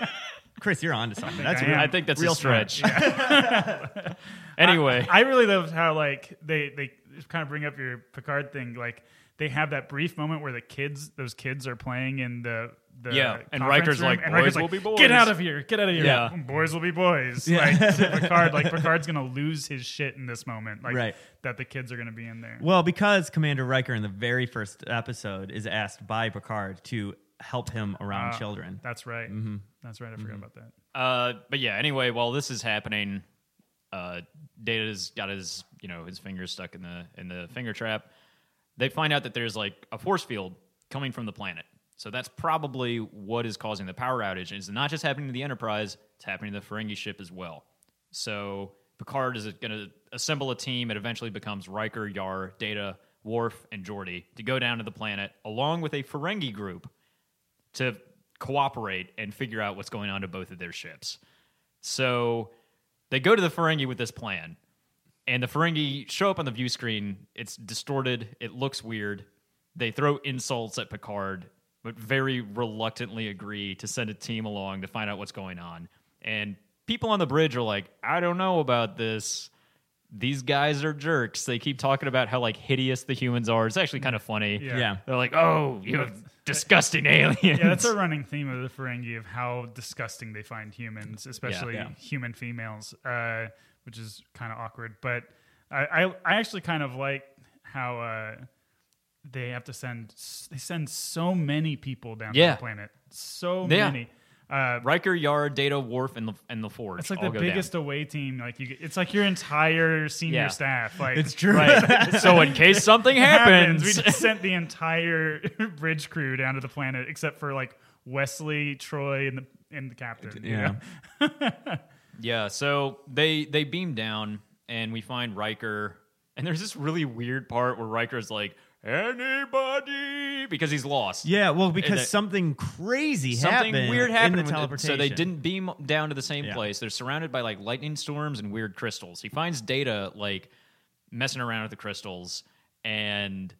[SPEAKER 3] Chris, you're onto something. That's
[SPEAKER 4] I
[SPEAKER 3] real.
[SPEAKER 4] am.
[SPEAKER 2] I think that's
[SPEAKER 3] Real
[SPEAKER 2] a stretch. <laughs> anyway,
[SPEAKER 4] <laughs> I really love how like they they kind of bring up your Picard thing. Like they have that brief moment where the kids, those kids, are playing in the. The
[SPEAKER 2] Yeah, and Riker's
[SPEAKER 4] conference room,
[SPEAKER 2] like,
[SPEAKER 4] and
[SPEAKER 2] "Boys
[SPEAKER 4] Riker's
[SPEAKER 2] will be boys."
[SPEAKER 4] Get out of here! Get out of here!
[SPEAKER 2] Yeah.
[SPEAKER 4] boys will be boys.
[SPEAKER 2] <laughs>
[SPEAKER 4] Like to Picard, like Picard's gonna lose his shit in this moment. Like
[SPEAKER 3] Right.
[SPEAKER 4] that the kids are gonna be in there.
[SPEAKER 3] Well, because Commander Riker in the very first episode is asked by Picard to help him around
[SPEAKER 2] Ah,
[SPEAKER 4] Uh,
[SPEAKER 3] children.
[SPEAKER 4] That's right.
[SPEAKER 2] Mm-hmm.
[SPEAKER 4] That's right. I forgot about that.
[SPEAKER 2] Uh, but yeah. Anyway, while this is happening, uh, Data's got his you know his fingers stuck in the in the finger trap. They find out that there's like a force field coming from the planet. So that's probably what is causing the power outage. And it's not just happening to the Enterprise; it's happening to the Ferengi ship as well. So Picard is going to assemble a team. It eventually becomes Riker, Yar, Data, Worf, and Geordi to go down to the planet along with a Ferengi group to cooperate and figure out what's going on to both of their ships. So they go to the Ferengi with this plan, and the Ferengi show up on the view screen. It's distorted, it looks weird. They throw insults at Picard, but very reluctantly agree to send a team along to find out what's going on. And people on the bridge are like, I don't know about this. These guys are jerks. They keep talking about how like hideous the humans are. It's actually kind of funny.
[SPEAKER 4] Yeah.
[SPEAKER 3] Yeah.
[SPEAKER 2] They're like, oh, you have disgusting aliens.
[SPEAKER 4] Yeah, that's a running theme of the Ferengi of how disgusting they find humans, especially
[SPEAKER 3] Yeah.
[SPEAKER 4] human females, uh, which is kind of awkward. But I, I, I actually kind of like how uh, they have to send s- they send so many people down
[SPEAKER 2] Yeah.
[SPEAKER 4] to the planet, so
[SPEAKER 2] Yeah.
[SPEAKER 4] many. Uh,
[SPEAKER 2] <laughs> Riker, Yard, Data, Worf, and the and the Forge.
[SPEAKER 4] it's like
[SPEAKER 2] all
[SPEAKER 4] the
[SPEAKER 2] go down.
[SPEAKER 4] biggest away team. Like you, it's like your entire senior
[SPEAKER 2] Yeah.
[SPEAKER 4] staff. Like it's
[SPEAKER 3] true.
[SPEAKER 4] <laughs>
[SPEAKER 2] Right. so in case something happens,
[SPEAKER 4] We just sent the entire <laughs> bridge crew down to the planet, except for like Wesley, Troy, and the and the captain. you
[SPEAKER 3] Yeah.
[SPEAKER 4] know?
[SPEAKER 2] <laughs> yeah. So they they beam down, and we find Riker. And there's this really weird part where Riker's like, "Anybody," because he's lost.
[SPEAKER 3] Yeah, well, because
[SPEAKER 2] that-
[SPEAKER 3] something crazy
[SPEAKER 2] Something
[SPEAKER 3] happened
[SPEAKER 2] weird happened
[SPEAKER 3] in the
[SPEAKER 2] with it,
[SPEAKER 3] teleportation.
[SPEAKER 2] so they
[SPEAKER 3] <laughs>
[SPEAKER 2] didn't beam down to the same
[SPEAKER 3] Yeah.
[SPEAKER 2] place. They're surrounded by like lightning storms and weird crystals. He finds Data like messing around with the crystals, and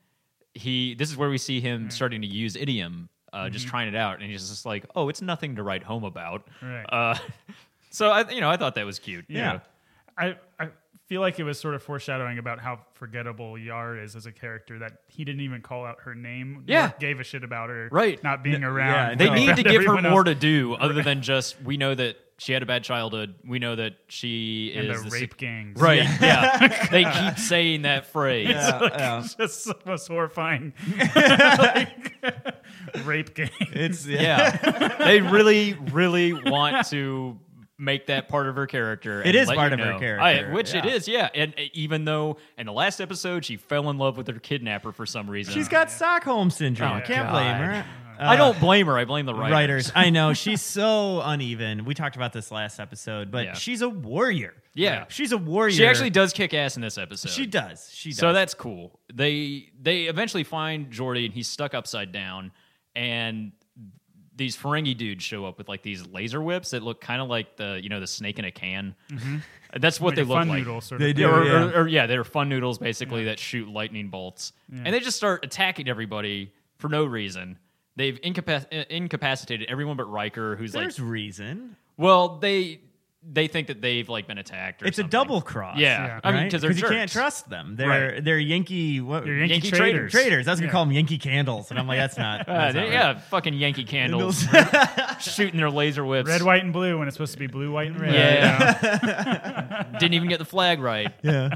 [SPEAKER 2] he. This is where we see him starting to use idiom, uh, just trying it out, and he's just like, "Oh, it's nothing to write home about." <laughs>
[SPEAKER 4] Right.
[SPEAKER 2] Uh, so I, you know, I thought that was cute. you
[SPEAKER 4] Yeah.
[SPEAKER 2] know.
[SPEAKER 4] I, I feel like it was sort of foreshadowing about how forgettable Yar is as a character that he didn't even call out her name.
[SPEAKER 2] Yeah.
[SPEAKER 4] nor gave a shit about her.
[SPEAKER 2] Right.
[SPEAKER 4] not being
[SPEAKER 3] yeah,
[SPEAKER 4] around.
[SPEAKER 3] no.
[SPEAKER 2] They
[SPEAKER 4] Like <laughs>
[SPEAKER 2] need to
[SPEAKER 4] that
[SPEAKER 2] give her
[SPEAKER 4] everyone
[SPEAKER 2] more
[SPEAKER 4] else-
[SPEAKER 2] to do other than just we know that she had a bad childhood. We know that she
[SPEAKER 4] and
[SPEAKER 2] is the
[SPEAKER 4] the rape
[SPEAKER 2] sup-
[SPEAKER 4] gangs.
[SPEAKER 2] Right. Yeah. they keep saying that phrase.
[SPEAKER 4] It's like,
[SPEAKER 2] uh, um,
[SPEAKER 3] yeah.
[SPEAKER 4] it's <laughs> just the most
[SPEAKER 2] <laughs>
[SPEAKER 4] horrifying. Like, rape gang.
[SPEAKER 3] It's yeah. <laughs>
[SPEAKER 2] Yeah. they really, really want to make that part of her character.
[SPEAKER 3] It
[SPEAKER 2] and
[SPEAKER 3] is
[SPEAKER 2] let
[SPEAKER 3] part
[SPEAKER 2] you
[SPEAKER 3] of her
[SPEAKER 2] know.
[SPEAKER 3] character,
[SPEAKER 2] I- which it
[SPEAKER 3] yeah.
[SPEAKER 2] is, yeah. And uh, even though in the last episode she fell in love with her kidnapper for some reason.
[SPEAKER 3] She's got Stockholm syndrome.
[SPEAKER 2] Oh,
[SPEAKER 3] Can't
[SPEAKER 2] God.
[SPEAKER 3] blame her. Uh,
[SPEAKER 2] I don't blame her, I blame the writers.
[SPEAKER 3] writers.
[SPEAKER 2] <laughs>
[SPEAKER 3] I know she's so uneven. We talked about this last episode, but
[SPEAKER 2] Yeah.
[SPEAKER 3] she's a warrior.
[SPEAKER 2] Yeah.
[SPEAKER 3] she's a warrior.
[SPEAKER 2] She actually does kick ass in this episode.
[SPEAKER 3] she does. She does.
[SPEAKER 2] So that's cool. They they eventually find Jordy and he's stuck upside down, and these Ferengi dudes show up with like these laser whips that look kind of like the you know the snake in a can.
[SPEAKER 3] Mm-hmm.
[SPEAKER 2] That's what
[SPEAKER 4] Like
[SPEAKER 2] they
[SPEAKER 4] a
[SPEAKER 2] look
[SPEAKER 4] fun
[SPEAKER 2] like.
[SPEAKER 4] noodle sort
[SPEAKER 3] They
[SPEAKER 4] of.
[SPEAKER 3] do.
[SPEAKER 4] thing.
[SPEAKER 2] Yeah, or,
[SPEAKER 3] Yeah.
[SPEAKER 2] Or, or, yeah, they're fun noodles basically that shoot lightning bolts, and they just start attacking everybody for no reason. They've incapac- uh, incapacitated everyone but Riker, who's
[SPEAKER 3] there's
[SPEAKER 2] like,
[SPEAKER 3] reason.
[SPEAKER 2] well, they they think that they've like been attacked. Or
[SPEAKER 3] It's a
[SPEAKER 2] something.
[SPEAKER 3] double cross.
[SPEAKER 2] Yeah,
[SPEAKER 4] Yeah.
[SPEAKER 2] I mean
[SPEAKER 3] right?
[SPEAKER 2] because they're
[SPEAKER 3] you can't
[SPEAKER 2] jerks.
[SPEAKER 3] trust them. They're
[SPEAKER 4] Right.
[SPEAKER 3] they're Yankee what
[SPEAKER 4] They're Yankee,
[SPEAKER 2] Yankee
[SPEAKER 4] traders.
[SPEAKER 3] traders. I was gonna
[SPEAKER 4] Yeah.
[SPEAKER 3] call them Yankee candles, and I'm like, that's
[SPEAKER 2] <laughs>
[SPEAKER 3] not.
[SPEAKER 2] Uh,
[SPEAKER 3] that's not
[SPEAKER 2] they-
[SPEAKER 3] right.
[SPEAKER 2] yeah, fucking
[SPEAKER 3] <laughs>
[SPEAKER 2] Yankee candles shooting their laser whips.
[SPEAKER 4] Red, white, and blue when it's supposed to be blue, white, and red.
[SPEAKER 2] Yeah. Didn't even get the flag right.
[SPEAKER 3] <laughs> yeah.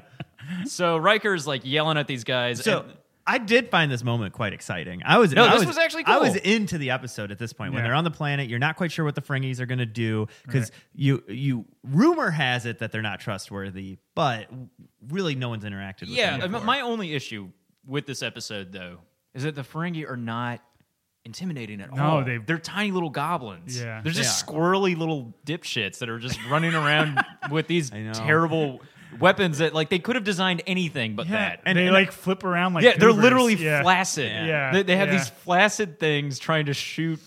[SPEAKER 2] So Riker's like yelling at these guys.
[SPEAKER 3] So
[SPEAKER 2] and-
[SPEAKER 3] I did find this moment quite exciting. I was
[SPEAKER 2] No,
[SPEAKER 3] I
[SPEAKER 2] this was actually
[SPEAKER 3] I was
[SPEAKER 2] cool.
[SPEAKER 3] into the episode at this point when
[SPEAKER 4] Yeah.
[SPEAKER 3] they're on the planet. You're not quite sure what the Ferengis are going to do because you you rumor has it that they're not trustworthy, but really no one's interacted. with
[SPEAKER 2] yeah,
[SPEAKER 3] them
[SPEAKER 2] I mean,
[SPEAKER 3] before.
[SPEAKER 2] my only issue with this episode though is that the Ferengi are not intimidating at
[SPEAKER 4] No,
[SPEAKER 2] all.
[SPEAKER 4] they-
[SPEAKER 2] they're tiny little goblins.
[SPEAKER 4] Yeah.
[SPEAKER 2] they're just
[SPEAKER 3] They
[SPEAKER 2] squirrely little dipshits that are just running around with these
[SPEAKER 3] I know.
[SPEAKER 2] terrible weapons that like they could have designed anything but <laughs> that.
[SPEAKER 4] And, they
[SPEAKER 3] and-
[SPEAKER 4] like flip around like
[SPEAKER 2] yeah, they're
[SPEAKER 4] goobers.
[SPEAKER 2] literally
[SPEAKER 4] Yeah.
[SPEAKER 2] flaccid.
[SPEAKER 4] Yeah.
[SPEAKER 2] They, they have
[SPEAKER 4] Yeah.
[SPEAKER 2] these flaccid things trying to shoot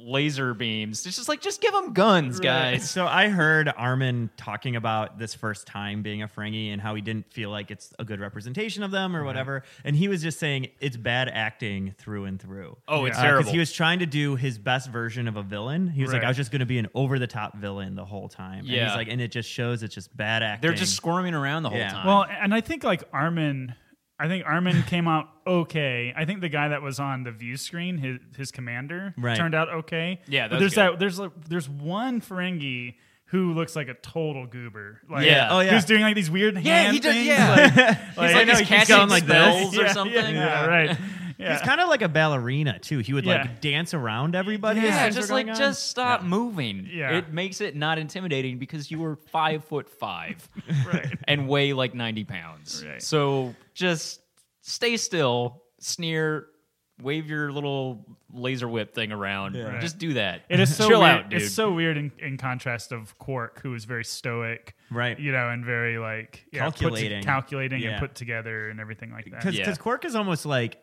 [SPEAKER 2] laser beams. It's just like, just give them guns, guys.
[SPEAKER 3] So I heard Armin talking about this first time being a Ferengi and how he didn't feel like it's a good representation of them or
[SPEAKER 2] Mm-hmm.
[SPEAKER 3] whatever, and he was just saying it's bad acting through and through.
[SPEAKER 2] Oh, it's
[SPEAKER 3] Uh, 'cause
[SPEAKER 2] terrible.
[SPEAKER 3] he was trying to do his best version of a villain. He was like,
[SPEAKER 4] Right.
[SPEAKER 3] I was just going to be an over the top villain the whole time. And
[SPEAKER 2] Yeah.
[SPEAKER 3] he's like, and it just shows it's just bad acting.
[SPEAKER 2] They're just squirming around the whole
[SPEAKER 3] Yeah.
[SPEAKER 2] time.
[SPEAKER 4] Well, and I think like Armin, I
[SPEAKER 2] <laughs>
[SPEAKER 4] think Armin came out okay. I think the guy that was on the view screen, his his commander,
[SPEAKER 3] Right.
[SPEAKER 4] turned out okay.
[SPEAKER 2] Yeah, that
[SPEAKER 4] but
[SPEAKER 2] was
[SPEAKER 4] there's
[SPEAKER 2] good.
[SPEAKER 4] that there's like, there's one Ferengi who looks like a total goober. Like,
[SPEAKER 2] Yeah. Oh,
[SPEAKER 3] yeah.
[SPEAKER 4] Who's doing like these weird
[SPEAKER 2] Yeah,
[SPEAKER 4] hand
[SPEAKER 2] he does-
[SPEAKER 4] things,
[SPEAKER 2] yeah.
[SPEAKER 4] like-
[SPEAKER 2] he's
[SPEAKER 4] I
[SPEAKER 2] like,
[SPEAKER 4] know,
[SPEAKER 2] he's
[SPEAKER 4] he's
[SPEAKER 2] casting
[SPEAKER 3] going like
[SPEAKER 2] spells
[SPEAKER 3] this.
[SPEAKER 2] or
[SPEAKER 4] <laughs> yeah,
[SPEAKER 2] something.
[SPEAKER 4] Yeah,
[SPEAKER 2] <laughs>
[SPEAKER 4] yeah, right.
[SPEAKER 3] He's
[SPEAKER 4] Yeah.
[SPEAKER 3] kind of like a ballerina too. He would
[SPEAKER 4] Yeah.
[SPEAKER 3] like dance around everybody.
[SPEAKER 2] Yeah,
[SPEAKER 3] as things
[SPEAKER 2] just
[SPEAKER 3] were
[SPEAKER 2] like
[SPEAKER 3] going on.
[SPEAKER 2] just stop moving.
[SPEAKER 4] Yeah.
[SPEAKER 2] It makes it not intimidating because you were five foot five
[SPEAKER 4] <laughs> Right.
[SPEAKER 2] and weigh like ninety pounds.
[SPEAKER 4] Right.
[SPEAKER 2] So just stay still, sneer, wave your little laser whip thing around.
[SPEAKER 4] Right.
[SPEAKER 2] Just do that.
[SPEAKER 4] It is so
[SPEAKER 2] chill
[SPEAKER 4] weird.
[SPEAKER 2] out, dude.
[SPEAKER 4] It's so weird in, in contrast of Quark, who is very stoic,
[SPEAKER 3] Right.
[SPEAKER 4] You know, and very like yeah, put to-
[SPEAKER 3] Calculating.
[SPEAKER 4] calculating,
[SPEAKER 3] Yeah.
[SPEAKER 4] and put together, and everything like that.
[SPEAKER 3] because
[SPEAKER 2] Yeah.
[SPEAKER 3] Quark is almost like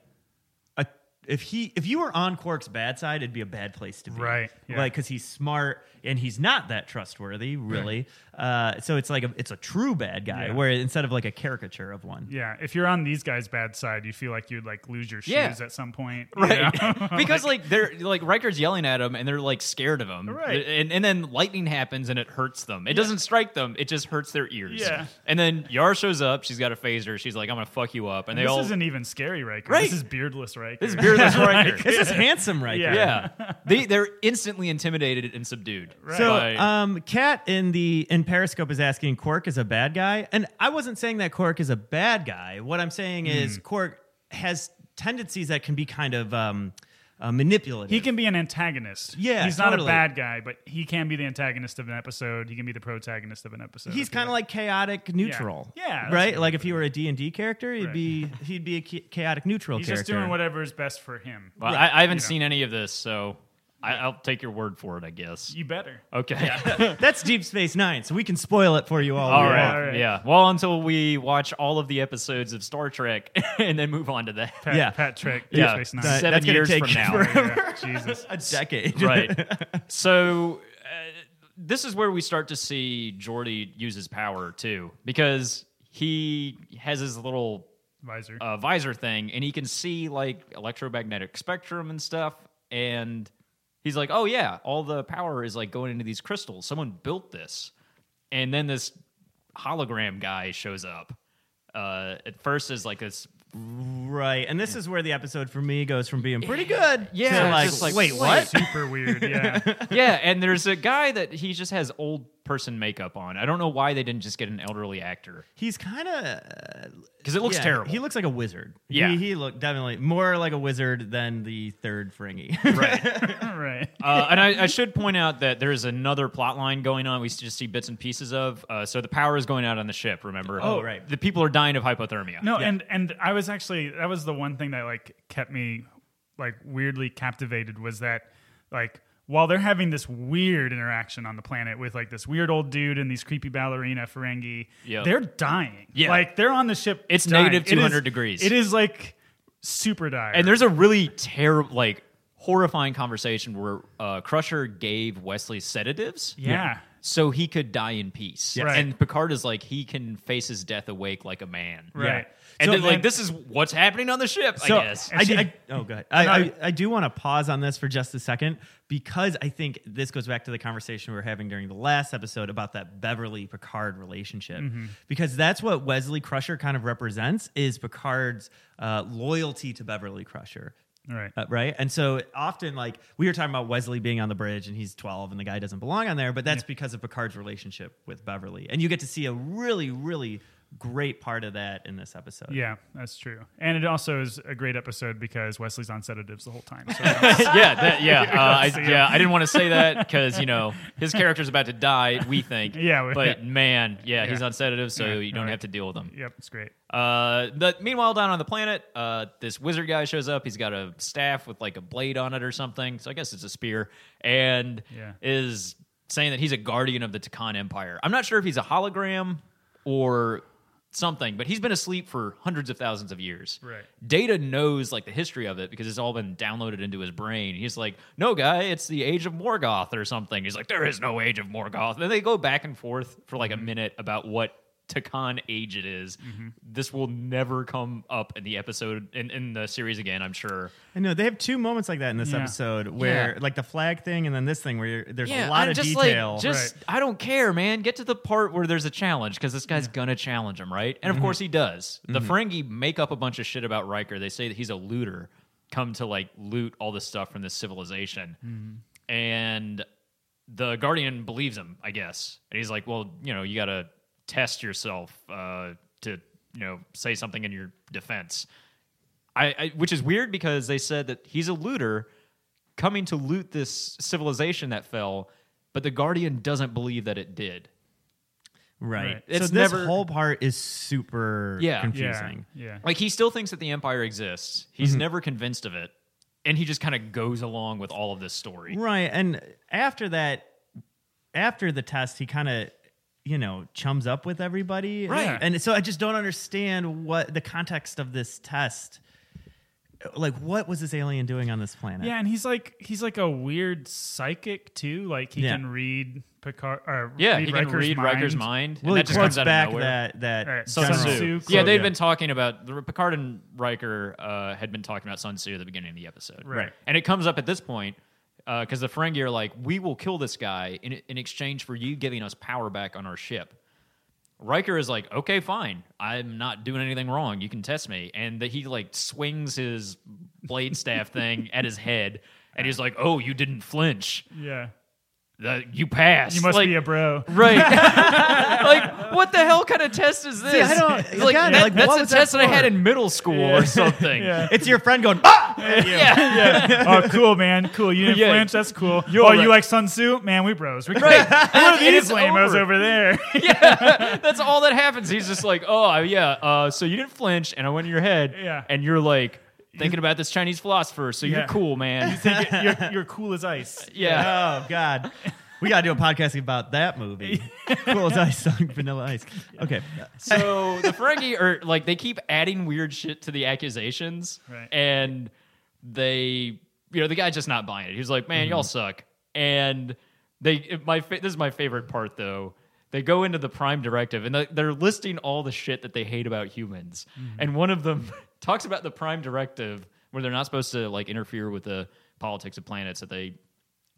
[SPEAKER 3] a if he if you were on Quark's bad side, it'd be a bad place to be,
[SPEAKER 4] Right, yeah.
[SPEAKER 3] Like because he's smart and he's not that trustworthy, really. Uh, so it's like a, it's a true bad guy,
[SPEAKER 4] Yeah.
[SPEAKER 3] where instead of like a caricature of one.
[SPEAKER 4] Yeah, if you're on these guys' bad side, you feel like you'd like lose your shoes
[SPEAKER 2] Yeah.
[SPEAKER 4] at
[SPEAKER 3] <laughs>
[SPEAKER 4] some point, you
[SPEAKER 2] Right,
[SPEAKER 4] know?
[SPEAKER 2] because like they're like Riker's yelling at him, and they're like scared of him.
[SPEAKER 4] Right.
[SPEAKER 2] and and then lightning happens, and it hurts them. It doesn't strike them; it just hurts their ears.
[SPEAKER 4] Yeah.
[SPEAKER 2] and then Yar shows up. She's got a phaser. She's like, "I'm gonna fuck you up," and, they
[SPEAKER 4] this
[SPEAKER 2] all
[SPEAKER 4] isn't even scary Riker.
[SPEAKER 2] Right.
[SPEAKER 4] This is beardless Riker.
[SPEAKER 2] this is
[SPEAKER 4] <laughs>
[SPEAKER 2] beardless Riker.
[SPEAKER 3] This is handsome, right?
[SPEAKER 4] Yeah.
[SPEAKER 3] there.
[SPEAKER 2] yeah, <laughs> they they're instantly intimidated and subdued. Right.
[SPEAKER 3] So, um, Kat in the in Periscope is asking Quark is a bad guy, and I wasn't saying that Quark is a bad guy. What I'm saying
[SPEAKER 4] Hmm.
[SPEAKER 3] is Quark has tendencies that can be kind of um, uh, manipulative.
[SPEAKER 4] he can be an antagonist.
[SPEAKER 3] Yeah,
[SPEAKER 4] he's not
[SPEAKER 3] totally.
[SPEAKER 4] a bad guy, but he can be the antagonist of an episode. He can be the protagonist of an episode.
[SPEAKER 3] he's
[SPEAKER 4] I feel
[SPEAKER 3] kind of like chaotic neutral.
[SPEAKER 4] Yeah, that's
[SPEAKER 3] right.
[SPEAKER 4] what
[SPEAKER 3] Like if he were a D and D character, he'd
[SPEAKER 4] Right.
[SPEAKER 3] be he'd be a cha- chaotic neutral
[SPEAKER 4] he's
[SPEAKER 3] character.
[SPEAKER 4] just doing whatever is best for him.
[SPEAKER 2] well, I, I haven't seen any of this, so I, I'll take your word for it. I guess.
[SPEAKER 4] You better.
[SPEAKER 2] <laughs> Okay.
[SPEAKER 3] That's Deep Space Nine, so we can spoil it for you all.
[SPEAKER 2] <laughs> All
[SPEAKER 3] we
[SPEAKER 2] right.
[SPEAKER 3] want.
[SPEAKER 4] all right.
[SPEAKER 2] Yeah. Well, until we watch all of the episodes of Star Trek <laughs> and then move on to that.
[SPEAKER 4] Pat,
[SPEAKER 3] Yeah.
[SPEAKER 4] Pat Trick.
[SPEAKER 2] Yeah.
[SPEAKER 4] Deep Space Nine.
[SPEAKER 2] Seven
[SPEAKER 3] that's gonna
[SPEAKER 2] years
[SPEAKER 3] take
[SPEAKER 2] from now.
[SPEAKER 4] <laughs> Yeah, Jesus.
[SPEAKER 3] A decade.
[SPEAKER 2] <laughs> right. So uh, this is where we start to see Jordy use his power too, because he has his little
[SPEAKER 4] Visor.
[SPEAKER 2] uh, visor thing, and he can see like electromagnetic spectrum and stuff. And he's like, "Oh yeah, all the power is like going into these crystals. Someone built this." And then this hologram guy shows up. Uh, at first, is like this.
[SPEAKER 3] <laughs>
[SPEAKER 2] <laughs>
[SPEAKER 3] Right. And this is where the episode for me goes from being pretty good
[SPEAKER 2] Yeah,
[SPEAKER 3] to
[SPEAKER 2] it's
[SPEAKER 3] like,
[SPEAKER 2] just like,
[SPEAKER 3] wait,
[SPEAKER 2] wait.
[SPEAKER 3] what?
[SPEAKER 4] Super weird. Yeah.
[SPEAKER 3] <laughs>
[SPEAKER 2] yeah, and there's a guy that he just has old person makeup on. I don't know why they didn't just get an elderly actor
[SPEAKER 3] He's kind of
[SPEAKER 2] because it looks terrible.
[SPEAKER 3] He looks like a wizard.
[SPEAKER 2] Yeah.
[SPEAKER 3] He, he looked definitely more like a wizard than the third Fringy.
[SPEAKER 4] right.
[SPEAKER 2] uh, and I, I should point out that there is another plot line going on. We just see bits and pieces of. Uh, so the power is going out on the ship. Remember?
[SPEAKER 3] Oh, right.
[SPEAKER 2] The people are dying of hypothermia.
[SPEAKER 4] No, and and I was actually that was the one thing that like kept me like weirdly captivated was that like while they're having this weird interaction on the planet with like this weird old dude and these creepy ballerina Ferengi,
[SPEAKER 2] Yeah.
[SPEAKER 4] they're dying.
[SPEAKER 2] Yeah.
[SPEAKER 4] Like they're on the ship.
[SPEAKER 2] It's
[SPEAKER 4] dying.
[SPEAKER 2] negative
[SPEAKER 4] It is-
[SPEAKER 2] 200 degrees.
[SPEAKER 4] It is like super dire.
[SPEAKER 2] And there's a really terrible, like horrifying conversation where uh, Crusher gave Wesley sedatives.
[SPEAKER 4] yeah.
[SPEAKER 2] So he could die in peace.
[SPEAKER 4] Right.
[SPEAKER 2] And Picard is like, he can face his death awake like a man.
[SPEAKER 4] Right.
[SPEAKER 2] And
[SPEAKER 3] So
[SPEAKER 2] then, like,
[SPEAKER 3] then-
[SPEAKER 2] this is what's happening on the ship,
[SPEAKER 3] So
[SPEAKER 2] I guess.
[SPEAKER 3] I,
[SPEAKER 2] <laughs>
[SPEAKER 3] I- oh, good. I, I, I do want to pause on this for just a second because I think this goes back to the conversation we were having during the last episode about that Beverly Picard relationship,
[SPEAKER 2] Mm-hmm.
[SPEAKER 3] because that's what Wesley Crusher kind of represents is Picard's uh, loyalty to Beverly Crusher.
[SPEAKER 4] Right.
[SPEAKER 3] Uh, right. And so often, like, we were talking about Wesley being on the bridge and he's 12 and the guy doesn't belong on there, but that's because of Picard's relationship with Beverly. And you get to see a really, really great part of that in this episode.
[SPEAKER 4] Yeah, that's true. And it also is a great episode because Wesley's on sedatives the whole time.
[SPEAKER 2] <laughs>
[SPEAKER 4] So
[SPEAKER 2] yeah,
[SPEAKER 4] <laughs>
[SPEAKER 2] that, yeah, uh, I, yeah. I didn't want to say that because you know his character's about to die. We think,
[SPEAKER 4] <laughs> Yeah, we-
[SPEAKER 2] but man, yeah, he's on sedatives, so
[SPEAKER 4] Yeah,
[SPEAKER 2] you don't
[SPEAKER 4] right.
[SPEAKER 2] have to deal with him.
[SPEAKER 4] yep, it's great.
[SPEAKER 2] Uh, but meanwhile, down on the planet, uh, this wizard guy shows up. He's got a staff with like a blade on it or something. So I guess it's a spear, and
[SPEAKER 4] Yeah.
[SPEAKER 2] is saying that he's a guardian of the Takan Empire. I'm not sure if he's a hologram or something, but he's been asleep for hundreds of thousands of years.
[SPEAKER 4] Right.
[SPEAKER 2] Data knows like the history of it because it's all been downloaded into his brain. He's like, "No, guy, it's the Age of Morgoth or something." He's like, "There is no Age of Morgoth." Then they go back and forth for like a minute about what Takan age it is. This will never come up in the episode in, in the series again, I'm sure.
[SPEAKER 3] I know they have two moments like that in this
[SPEAKER 4] Yeah.
[SPEAKER 3] episode where
[SPEAKER 2] Yeah.
[SPEAKER 3] like the flag thing and then this thing where you're, there's a lot of detail.
[SPEAKER 2] Like, just I don't care, man. Get to the part where there's a challenge because this guy's gonna challenge him, right? And of
[SPEAKER 3] Mm-hmm.
[SPEAKER 2] course he does. The Ferengi make up a bunch of shit about Riker. They say that he's a looter, come to like loot all this stuff from this civilization, and the Guardian believes him, I guess. And he's like, well, you know, you gotta test yourself uh, to you know say something in your defense. I, I which is weird because they said that he's a looter coming to loot this civilization that fell, but the Guardian doesn't believe that it did.
[SPEAKER 3] right.
[SPEAKER 4] Right.
[SPEAKER 2] It's
[SPEAKER 3] so this
[SPEAKER 2] never-
[SPEAKER 3] whole part is super
[SPEAKER 2] Yeah.
[SPEAKER 3] confusing.
[SPEAKER 4] Yeah. Yeah.
[SPEAKER 2] Like he still thinks that the Empire exists. He's never convinced of it. And he just kind of goes along with all of this story.
[SPEAKER 3] Right. And after that, after the test, he kind of, you know, chums up with everybody.
[SPEAKER 2] Right.
[SPEAKER 3] And so I just don't understand what the context of this test. Like, what was this alien doing on this planet?
[SPEAKER 4] Yeah, and he's like he's like a weird psychic too. Like he
[SPEAKER 3] Yeah.
[SPEAKER 4] can read Picard. Or
[SPEAKER 2] Yeah,
[SPEAKER 4] read
[SPEAKER 2] he
[SPEAKER 4] Riker's
[SPEAKER 2] can read
[SPEAKER 4] mind.
[SPEAKER 2] Riker's mind.
[SPEAKER 3] Well,
[SPEAKER 2] and
[SPEAKER 3] he
[SPEAKER 2] that just comes
[SPEAKER 3] quotes
[SPEAKER 2] out
[SPEAKER 3] back
[SPEAKER 2] of nowhere.
[SPEAKER 3] that that
[SPEAKER 4] Right,
[SPEAKER 2] Sun
[SPEAKER 4] Sun
[SPEAKER 2] Tzu.
[SPEAKER 4] Tzu quote,
[SPEAKER 2] yeah, they'd
[SPEAKER 4] yeah.
[SPEAKER 2] been talking about the Picard and Riker uh, had been talking about Sun Tzu at the beginning of the episode,
[SPEAKER 4] Right.
[SPEAKER 2] And it comes up at this point because the Ferengi are like, "We will kill this guy in, in exchange for you giving us power back on our ship." Riker is like, "Okay, fine. I'm not doing anything wrong. You can test me." And that he like swings his blade staff thing at his head, and he's like, "Oh, you didn't flinch.
[SPEAKER 4] Yeah,
[SPEAKER 2] That you passed.
[SPEAKER 4] you must
[SPEAKER 2] Like,
[SPEAKER 4] be a bro.
[SPEAKER 2] Right. like, what the hell kind of test is this?
[SPEAKER 3] I don't-
[SPEAKER 2] It's like,
[SPEAKER 3] again,
[SPEAKER 2] that-
[SPEAKER 3] like, what
[SPEAKER 2] that's a
[SPEAKER 3] was that
[SPEAKER 2] test that, I had
[SPEAKER 3] for?
[SPEAKER 2] in middle school or something.
[SPEAKER 4] <laughs> Yeah.
[SPEAKER 3] It's your friend going, ah!
[SPEAKER 2] <laughs> Yeah.
[SPEAKER 4] oh, cool, man. Cool. You didn't
[SPEAKER 2] Yeah.
[SPEAKER 4] flinch. That's cool. oh,
[SPEAKER 2] right.
[SPEAKER 4] you like Sun Tzu? Man, we bros.
[SPEAKER 2] <laughs>
[SPEAKER 4] We
[SPEAKER 2] Right.
[SPEAKER 4] <laughs> One
[SPEAKER 2] And
[SPEAKER 4] of these
[SPEAKER 2] it's
[SPEAKER 4] lamos
[SPEAKER 2] over. <laughs>
[SPEAKER 4] over there. <laughs>
[SPEAKER 2] That's all that happens. He's just like, oh, I- yeah. Uh, so you didn't flinch, and I went in your head,
[SPEAKER 4] Yeah.
[SPEAKER 2] and you're like thinking about this Chinese philosopher. So you're
[SPEAKER 4] Yeah.
[SPEAKER 2] cool, man.
[SPEAKER 4] you're, you're cool as
[SPEAKER 2] <laughs>
[SPEAKER 4] ice.
[SPEAKER 2] yeah.
[SPEAKER 3] Oh God. We gotta do a podcast about that
[SPEAKER 2] <laughs>
[SPEAKER 3] movie. cool as ice song, Vanilla Ice. Okay.
[SPEAKER 2] So the Ferengi are like they keep adding weird shit to the accusations,
[SPEAKER 4] Right.
[SPEAKER 2] and they, you know, the guy's just not buying it. He's like, "Man, y'all suck." And they, my fa- this is my favorite part though. They go into the Prime Directive and they- they're listing all the shit that they hate about humans, and one of them <laughs> talks about the Prime Directive where they're not supposed to like interfere with the politics of planets that they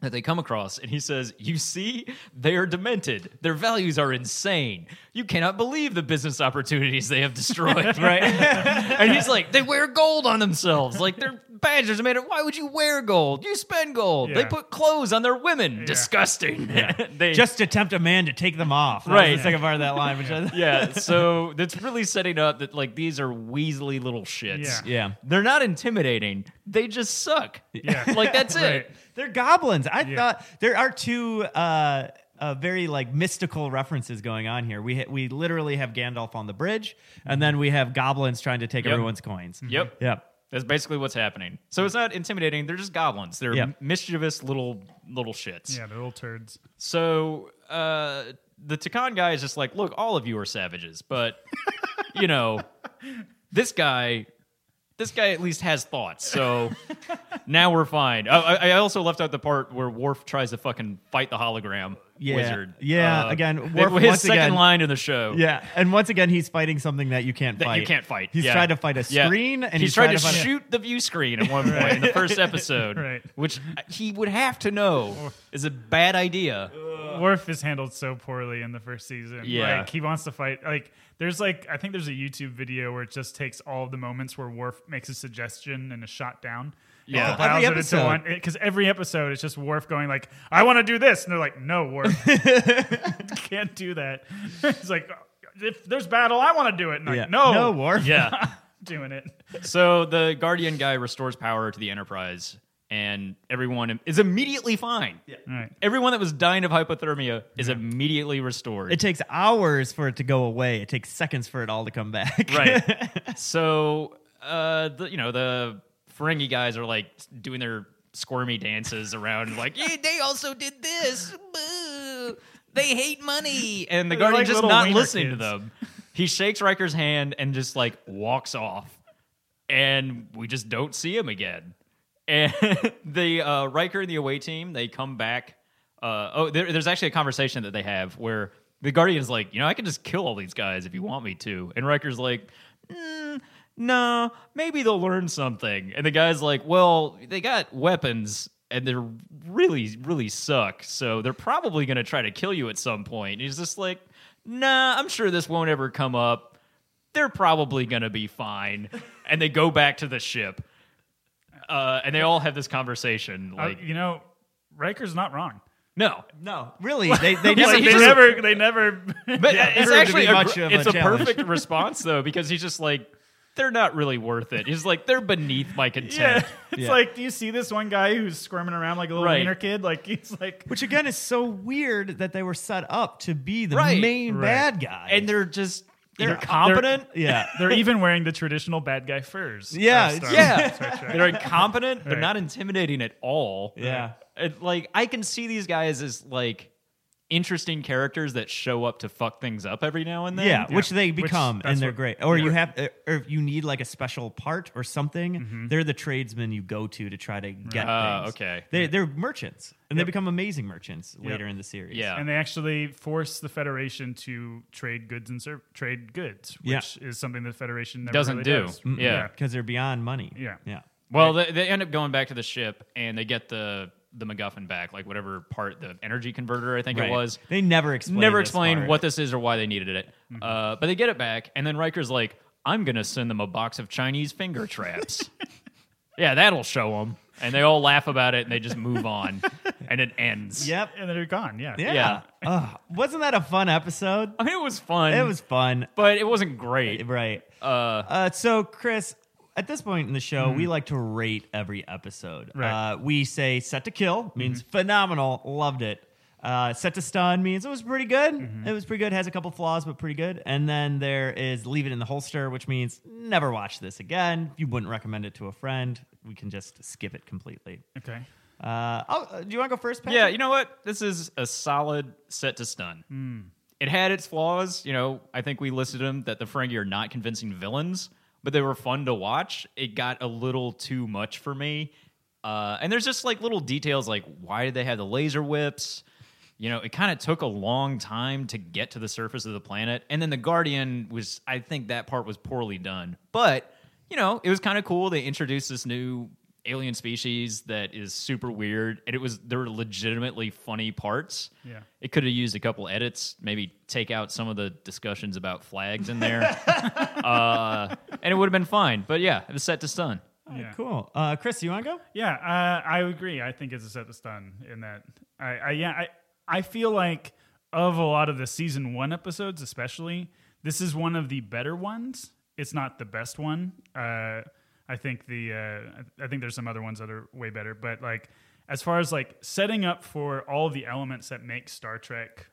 [SPEAKER 2] that they come across and he says you see they are demented their values are insane you cannot believe the business opportunities they have
[SPEAKER 4] <laughs>
[SPEAKER 2] destroyed right <laughs> and he's like they wear gold on themselves like their badges are made of why would you wear gold you spend gold they
[SPEAKER 4] Yeah.
[SPEAKER 2] put clothes on their women disgusting <laughs> they
[SPEAKER 3] Just to tempt a man to take them off. That was
[SPEAKER 2] Right.
[SPEAKER 3] the second part of that line, which I
[SPEAKER 2] yeah so that's really setting up that like these are weaselly little shits
[SPEAKER 4] Yeah.
[SPEAKER 3] <laughs> Yeah.
[SPEAKER 2] they're not intimidating they just suck
[SPEAKER 4] Yeah.
[SPEAKER 2] like that's it
[SPEAKER 4] <laughs> Right.
[SPEAKER 3] They're goblins. I
[SPEAKER 4] Yeah.
[SPEAKER 3] thought there are two uh, uh, very like mystical references going on here. We ha- we literally have Gandalf on the bridge, and then we have goblins trying to take
[SPEAKER 2] Yep.
[SPEAKER 3] everyone's coins.
[SPEAKER 2] yep
[SPEAKER 3] Yep.
[SPEAKER 2] That's basically what's happening. So it's not intimidating. They're just goblins. They're
[SPEAKER 3] Yeah.
[SPEAKER 2] mischievous little little shits.
[SPEAKER 4] Yeah, they're little turds.
[SPEAKER 2] So uh, the Takan guy is just like, look, all of you are savages, but <laughs> you know, this guy, this guy at least has thoughts.
[SPEAKER 3] <laughs>
[SPEAKER 2] So now we're fine. I, I I also left out the part where Worf tries to fucking fight the hologram
[SPEAKER 3] Yeah.
[SPEAKER 2] wizard.
[SPEAKER 3] Yeah, again,
[SPEAKER 2] that-
[SPEAKER 3] Worf
[SPEAKER 2] his
[SPEAKER 3] once
[SPEAKER 2] second
[SPEAKER 3] again-
[SPEAKER 2] line in the show.
[SPEAKER 3] Yeah, and once again, he's fighting something that you can't
[SPEAKER 2] That
[SPEAKER 3] fight.
[SPEAKER 2] you can't fight.
[SPEAKER 3] He's
[SPEAKER 2] Yeah.
[SPEAKER 3] trying to fight a
[SPEAKER 2] Yeah.
[SPEAKER 3] screen, and
[SPEAKER 2] he's,
[SPEAKER 3] he's,
[SPEAKER 2] trying to,
[SPEAKER 3] fight a-
[SPEAKER 2] shoot the view screen at one
[SPEAKER 3] <laughs>
[SPEAKER 2] point in the first episode,
[SPEAKER 4] Right.
[SPEAKER 2] which he would have to
[SPEAKER 3] <laughs>
[SPEAKER 2] know is a bad idea.
[SPEAKER 4] Worf is handled so poorly in the first season.
[SPEAKER 2] Yeah.
[SPEAKER 4] Like he wants to fight like there's like I think there's a YouTube video where it just takes all of the moments where Worf makes a suggestion and is shot down.
[SPEAKER 2] Yeah.
[SPEAKER 3] Every episode.
[SPEAKER 4] Because every episode it's just Worf going like, I want to do this. And they're like, no,
[SPEAKER 2] <laughs>
[SPEAKER 4] Worf. <laughs> Can't do that. <laughs> He's like, if there's battle, I want to do it. And
[SPEAKER 3] Yeah.
[SPEAKER 4] like, no,
[SPEAKER 3] no war.
[SPEAKER 2] Yeah.
[SPEAKER 4] <laughs> doing it.
[SPEAKER 2] <laughs> so the Guardian guy restores power to the Enterprise, and everyone is immediately fine.
[SPEAKER 4] All right.
[SPEAKER 2] Everyone that was dying of hypothermia is immediately restored.
[SPEAKER 3] It takes hours for it to go away. It takes seconds for it all to come back.
[SPEAKER 4] <laughs>
[SPEAKER 2] right. So, uh, the, you know, the Ferengi guys are like doing their squirmy dances around, like, yeah, they also did this. Boo. They hate money. And the
[SPEAKER 4] They're
[SPEAKER 2] Guardian
[SPEAKER 4] like
[SPEAKER 2] just
[SPEAKER 4] little
[SPEAKER 2] not
[SPEAKER 4] wiener
[SPEAKER 2] listening to
[SPEAKER 4] kids.
[SPEAKER 2] them. He shakes Riker's hand and just like walks off. And we just don't see him again. And <laughs> the uh, Riker and the away team, they come back. Uh, oh, there, there's actually a conversation that they have where the Guardian's like, you know, I can just kill all these guys if you want me to. And Riker's like, mm, no, maybe they'll learn something. And the guy's like, well, they got weapons and they're really, really suck. So they're probably going to try to kill you at some point. And he's just like, nah, I'm sure this won't ever come up. They're probably going to be fine. And they go back to the ship. Uh, and they all have this conversation
[SPEAKER 4] Uh,
[SPEAKER 2] like,
[SPEAKER 4] you know, Riker's not wrong.
[SPEAKER 2] no,
[SPEAKER 3] No, <laughs> really.
[SPEAKER 2] <laughs>
[SPEAKER 3] They they
[SPEAKER 2] Yeah, but
[SPEAKER 3] just
[SPEAKER 4] Like,
[SPEAKER 2] he
[SPEAKER 4] they
[SPEAKER 2] just-
[SPEAKER 4] never, they never. <laughs>
[SPEAKER 2] But
[SPEAKER 3] Yeah,
[SPEAKER 2] it's
[SPEAKER 3] there would
[SPEAKER 2] actually
[SPEAKER 3] be
[SPEAKER 2] a,
[SPEAKER 3] much
[SPEAKER 2] gr-
[SPEAKER 3] of a
[SPEAKER 2] it's a,
[SPEAKER 3] challenge.
[SPEAKER 2] perfect response though because he's just like they're not really worth it. He's like they're beneath my
[SPEAKER 4] Yeah,
[SPEAKER 2] contempt.
[SPEAKER 4] <laughs> it's
[SPEAKER 3] Yeah.
[SPEAKER 4] like, do you see this one guy who's squirming around like a little
[SPEAKER 2] Right.
[SPEAKER 4] wiener kid? Like he's like,
[SPEAKER 3] Which again is so weird that they were set up to be the
[SPEAKER 2] Right.
[SPEAKER 3] main
[SPEAKER 4] Right.
[SPEAKER 3] bad guy.
[SPEAKER 2] And they're just they're,
[SPEAKER 4] They're-
[SPEAKER 2] competent.
[SPEAKER 3] <laughs> yeah,
[SPEAKER 4] <laughs> They're even wearing the traditional bad guy furs.
[SPEAKER 3] Yeah,
[SPEAKER 4] of Star <laughs>
[SPEAKER 2] yeah.
[SPEAKER 4] Wars, Star
[SPEAKER 2] <laughs>
[SPEAKER 4] Trek.
[SPEAKER 2] They're, incompetent. They're
[SPEAKER 4] Right.
[SPEAKER 2] not intimidating at all.
[SPEAKER 3] yeah.
[SPEAKER 2] It- like I can see these guys as like interesting characters that show up to fuck things up every now and then.
[SPEAKER 3] yeah, which they
[SPEAKER 4] Which-
[SPEAKER 3] become,
[SPEAKER 4] that's
[SPEAKER 3] and they're
[SPEAKER 4] what-
[SPEAKER 3] great. Or
[SPEAKER 4] yeah.
[SPEAKER 3] you have, uh, or if you need like a special part or something, they're the tradesmen you go to to try to get.
[SPEAKER 2] Mm-hmm. Ah,
[SPEAKER 3] things.
[SPEAKER 2] okay.
[SPEAKER 3] They, they're merchants, and they
[SPEAKER 4] Yep.
[SPEAKER 3] become amazing merchants later in the series.
[SPEAKER 2] Yeah.
[SPEAKER 4] and they actually force the Federation to trade goods and serv- trade goods,
[SPEAKER 3] Yeah.
[SPEAKER 4] which is something the Federation never
[SPEAKER 2] Doesn't
[SPEAKER 4] really
[SPEAKER 2] do.
[SPEAKER 4] Does.
[SPEAKER 2] Mm, yeah.
[SPEAKER 3] because Mm-hmm. they're beyond money.
[SPEAKER 4] Yeah.
[SPEAKER 3] yeah.
[SPEAKER 2] Well, they, they end up going back to the ship and they get the the MacGuffin back, like whatever part the energy converter I think
[SPEAKER 3] Right.
[SPEAKER 2] it was.
[SPEAKER 3] They never explain.
[SPEAKER 2] never
[SPEAKER 3] this
[SPEAKER 2] explain
[SPEAKER 3] part. Mm-hmm.
[SPEAKER 2] what this is or why they needed it. Uh, but they get it back, and then Riker's like, "I'm gonna send them a box of Chinese finger
[SPEAKER 3] <laughs>
[SPEAKER 2] traps." yeah, that'll show them. And they all laugh about it, and they just move
[SPEAKER 3] <laughs>
[SPEAKER 2] on, and it ends.
[SPEAKER 3] Yep.
[SPEAKER 4] and they're gone. Yeah,
[SPEAKER 3] Yeah.
[SPEAKER 2] Yeah.
[SPEAKER 3] Ugh, wasn't that a fun episode?
[SPEAKER 2] I mean, it was fun.
[SPEAKER 3] It was fun.
[SPEAKER 2] but it wasn't great.
[SPEAKER 3] Right.
[SPEAKER 2] Uh,
[SPEAKER 3] Uh, so, Chris, at this point in the show, we like to rate every episode.
[SPEAKER 4] Mm-hmm. Right. Mm-hmm.
[SPEAKER 3] Uh, we say set to kill means phenomenal, loved it. Uh, set to stun means it was pretty good.
[SPEAKER 4] Mm-hmm.
[SPEAKER 3] It was pretty good, has a couple flaws, but pretty good. And then there is leave it in the holster, which means never watch this again. You wouldn't recommend it to a friend. We can just skip it completely.
[SPEAKER 4] Okay.
[SPEAKER 3] Uh, I'll- do you want to go first, Patrick?
[SPEAKER 2] yeah, you know what? This is a solid set to stun.
[SPEAKER 3] Mm-hmm.
[SPEAKER 2] It had its flaws. You know, I think we listed them that the Ferengi are not convincing villains, but they were fun to watch. It got a little too much for me. Uh, and there's just like little details like why did they have the laser whips? You know, it kind of took a long time to get to the surface of the planet. And then the Guardian was, I think that part was poorly done. But, you know, it was kind of cool. They introduced this new alien species that is super weird, and it was there were legitimately funny parts.
[SPEAKER 4] Yeah.
[SPEAKER 2] it could have used a couple edits, maybe take out some of the discussions about flags in
[SPEAKER 3] <laughs>
[SPEAKER 2] there, uh, and it would have been fine. But yeah, it was set to stun.
[SPEAKER 4] Yeah.
[SPEAKER 3] Cool. Uh, Chris, you want to go?
[SPEAKER 4] Yeah, uh, I agree. I think it's a set to stun in that. I, I yeah, I I feel like of a lot of the season one episodes, especially, this is one of the better ones. It's not the best one. Uh, I think the uh, I- I think there's some other ones that are way better, but like as far as like setting up for all the elements that make Star Trek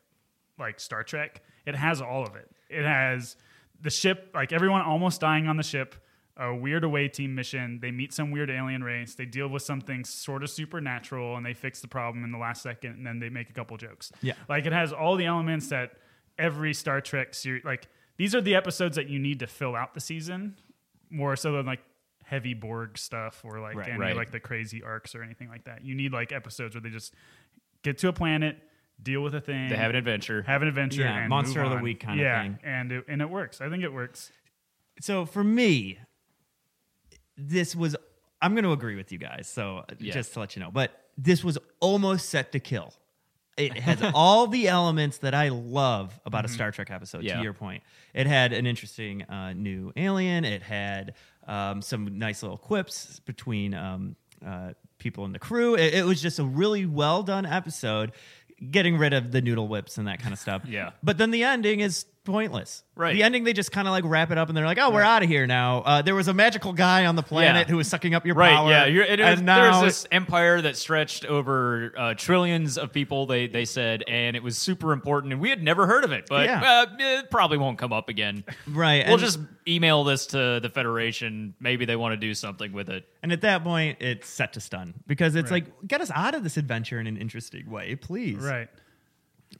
[SPEAKER 4] like Star Trek. It has all of it. It has the ship, like everyone almost dying on the ship, a weird away team mission. They meet some weird alien race. They deal with something sort of supernatural and they fix the problem in the last second and then they make a couple jokes.
[SPEAKER 3] Yeah.
[SPEAKER 4] Like it has all the elements that every Star Trek series, like these are the episodes that you need to fill out the season more so than like heavy Borg stuff or like
[SPEAKER 3] Right.
[SPEAKER 4] any
[SPEAKER 2] Right.
[SPEAKER 4] like the crazy arcs or anything like that. You need like episodes where they just get to a planet, deal with a thing,
[SPEAKER 2] They have an adventure.
[SPEAKER 4] have an adventure
[SPEAKER 3] Yeah,
[SPEAKER 4] and
[SPEAKER 3] monster
[SPEAKER 4] move
[SPEAKER 3] of the
[SPEAKER 4] on.
[SPEAKER 3] week kinda
[SPEAKER 4] yeah,
[SPEAKER 3] thing.
[SPEAKER 4] and it, and it works i think it works
[SPEAKER 3] So for me, this was, I'm going to agree with you guys. So
[SPEAKER 2] Yeah.
[SPEAKER 3] just to let you know, but this was almost set to kill. It
[SPEAKER 2] <laughs>
[SPEAKER 3] has all the elements that I love about a Star Trek episode,
[SPEAKER 2] Mm-hmm. Yeah.
[SPEAKER 3] to your point. It had an interesting uh, new alien, it had um, some nice little quips between um, uh, people in the crew. It, it was just a really well done episode, getting rid of the noodle whips and that kind of stuff.
[SPEAKER 2] <laughs> Yeah.
[SPEAKER 3] But then the ending is pointless.
[SPEAKER 2] Right.
[SPEAKER 3] The ending, they just kind of like wrap it up and they're like, oh, we're out of here now. Uh, there was a magical guy on the planet
[SPEAKER 2] Yeah.
[SPEAKER 3] who was sucking up your
[SPEAKER 2] Right,
[SPEAKER 3] power.
[SPEAKER 2] yeah. You're, it was,
[SPEAKER 3] and
[SPEAKER 2] there was
[SPEAKER 3] now
[SPEAKER 2] this empire that stretched over uh, trillions of people. They they said, and it was super important, and we had never heard of it, but
[SPEAKER 3] Yeah.
[SPEAKER 2] uh, it probably won't come up again.
[SPEAKER 3] Right,
[SPEAKER 2] We'll
[SPEAKER 3] and-
[SPEAKER 2] just email this to the Federation. Maybe they want to do something with it.
[SPEAKER 3] And at that point, it's set to stun because it's like, get us out of this adventure in an interesting way, please.
[SPEAKER 4] right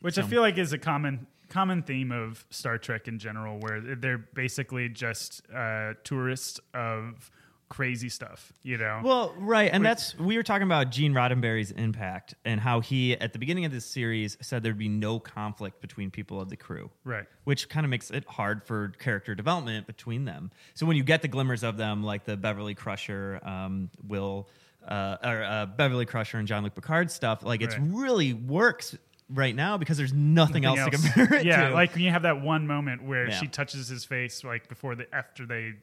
[SPEAKER 4] which i feel like is a common common theme of star trek in general where they're basically just uh, tourists of crazy stuff you know
[SPEAKER 3] Well, right, and that's we were talking about Gene Roddenberry's impact and how he, at the beginning of this series, said there'd be no conflict between people of the crew,
[SPEAKER 4] Right.
[SPEAKER 3] Which kind of makes it hard for character development between them. So when you get the glimmers of them, like the Beverly Crusher, um, Will, uh, or uh, Beverly Crusher and John Luke Picard stuff, like it's
[SPEAKER 4] Right.
[SPEAKER 3] really works right now because there's nothing, else,
[SPEAKER 4] Something
[SPEAKER 3] to compare it
[SPEAKER 4] yeah
[SPEAKER 3] to.
[SPEAKER 4] like when you have that one moment where
[SPEAKER 3] Yeah.
[SPEAKER 4] she touches his face like before the after they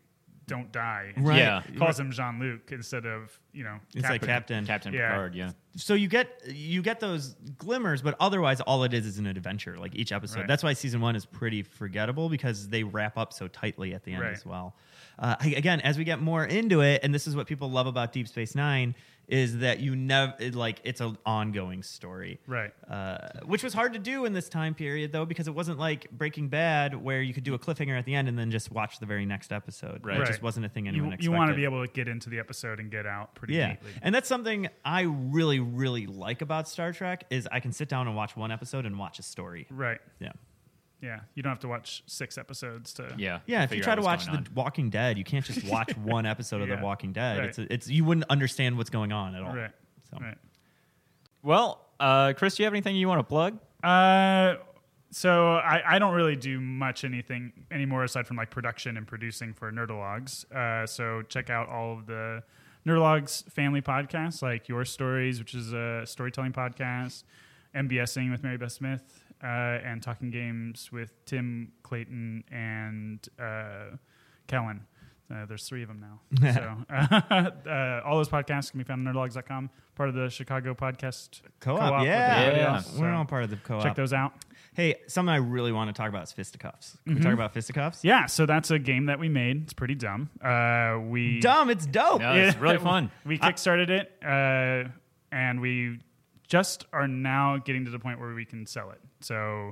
[SPEAKER 4] don't die
[SPEAKER 3] Right.
[SPEAKER 2] Yeah.
[SPEAKER 4] calls him jean-luc instead of you know
[SPEAKER 3] it's like Captain,
[SPEAKER 2] Captain
[SPEAKER 4] Yeah.
[SPEAKER 2] Picard, yeah.
[SPEAKER 3] so you get you get those glimmers but otherwise all it is is an adventure like each episode
[SPEAKER 4] Right.
[SPEAKER 3] that's why season one is pretty forgettable because they wrap up so tightly at the end
[SPEAKER 4] Right.
[SPEAKER 3] as well uh, I- again as we get more into it and this is what people love about deep space nine is that you never like it's an ongoing story
[SPEAKER 4] right
[SPEAKER 3] uh, which was hard to do in this time period though because it wasn't like breaking bad where you could do a cliffhanger at the end and then just watch the very next episode
[SPEAKER 2] Right.
[SPEAKER 3] it just wasn't a thing anyone
[SPEAKER 4] you,
[SPEAKER 3] expected
[SPEAKER 4] you want to be able to get into the episode and get out pretty
[SPEAKER 3] yeah
[SPEAKER 4] neatly
[SPEAKER 3] and that's something i really really like about star trek is i can sit down and watch one episode and watch a story
[SPEAKER 4] right
[SPEAKER 3] yeah
[SPEAKER 4] Yeah, you don't have to watch six episodes to.
[SPEAKER 2] Yeah.
[SPEAKER 3] yeah if you
[SPEAKER 2] figure
[SPEAKER 3] try
[SPEAKER 2] out
[SPEAKER 3] to
[SPEAKER 2] what's
[SPEAKER 3] watch
[SPEAKER 2] going
[SPEAKER 3] the walking dead you can't
[SPEAKER 4] <laughs>
[SPEAKER 3] just watch one episode of
[SPEAKER 4] Yeah.
[SPEAKER 3] the walking dead
[SPEAKER 4] Right.
[SPEAKER 3] it's, it's you wouldn't understand what's going on at all
[SPEAKER 4] Right.
[SPEAKER 3] so
[SPEAKER 4] Right.
[SPEAKER 2] on. Well, uh, Chris, do you have anything you want to plug?
[SPEAKER 4] Uh, so I, I don't really do much anything anymore aside from like production and producing for Nerdalogs. Uh, so check out all of the Nerdalogs family podcasts, like Your Stories, which is a storytelling podcast, MBSing with Mary Beth Smith, uh, and Talking Games with Tim Clayton and uh, Kellen. Uh, there's three of them
[SPEAKER 3] <laughs>
[SPEAKER 4] now. so <laughs> uh, uh, all those podcasts can be found on nerdlogs.com, part of the Chicago Podcast
[SPEAKER 3] co-op,
[SPEAKER 4] with
[SPEAKER 3] yeah,
[SPEAKER 4] everybody
[SPEAKER 2] Yeah.
[SPEAKER 4] else.
[SPEAKER 3] we're
[SPEAKER 4] So-
[SPEAKER 3] all part of the co-op
[SPEAKER 4] check those out.
[SPEAKER 3] hey something i really want to talk about is fisticuffs can
[SPEAKER 4] Mm-hmm.
[SPEAKER 3] we talk about fisticuffs
[SPEAKER 4] Yeah, so that's a game that we made. It's pretty dumb. Uh, we
[SPEAKER 3] dumb it's dope
[SPEAKER 2] No, it's really fun.
[SPEAKER 4] <laughs> We kickstarted it, uh, and we just are now getting to the point where we can sell it. So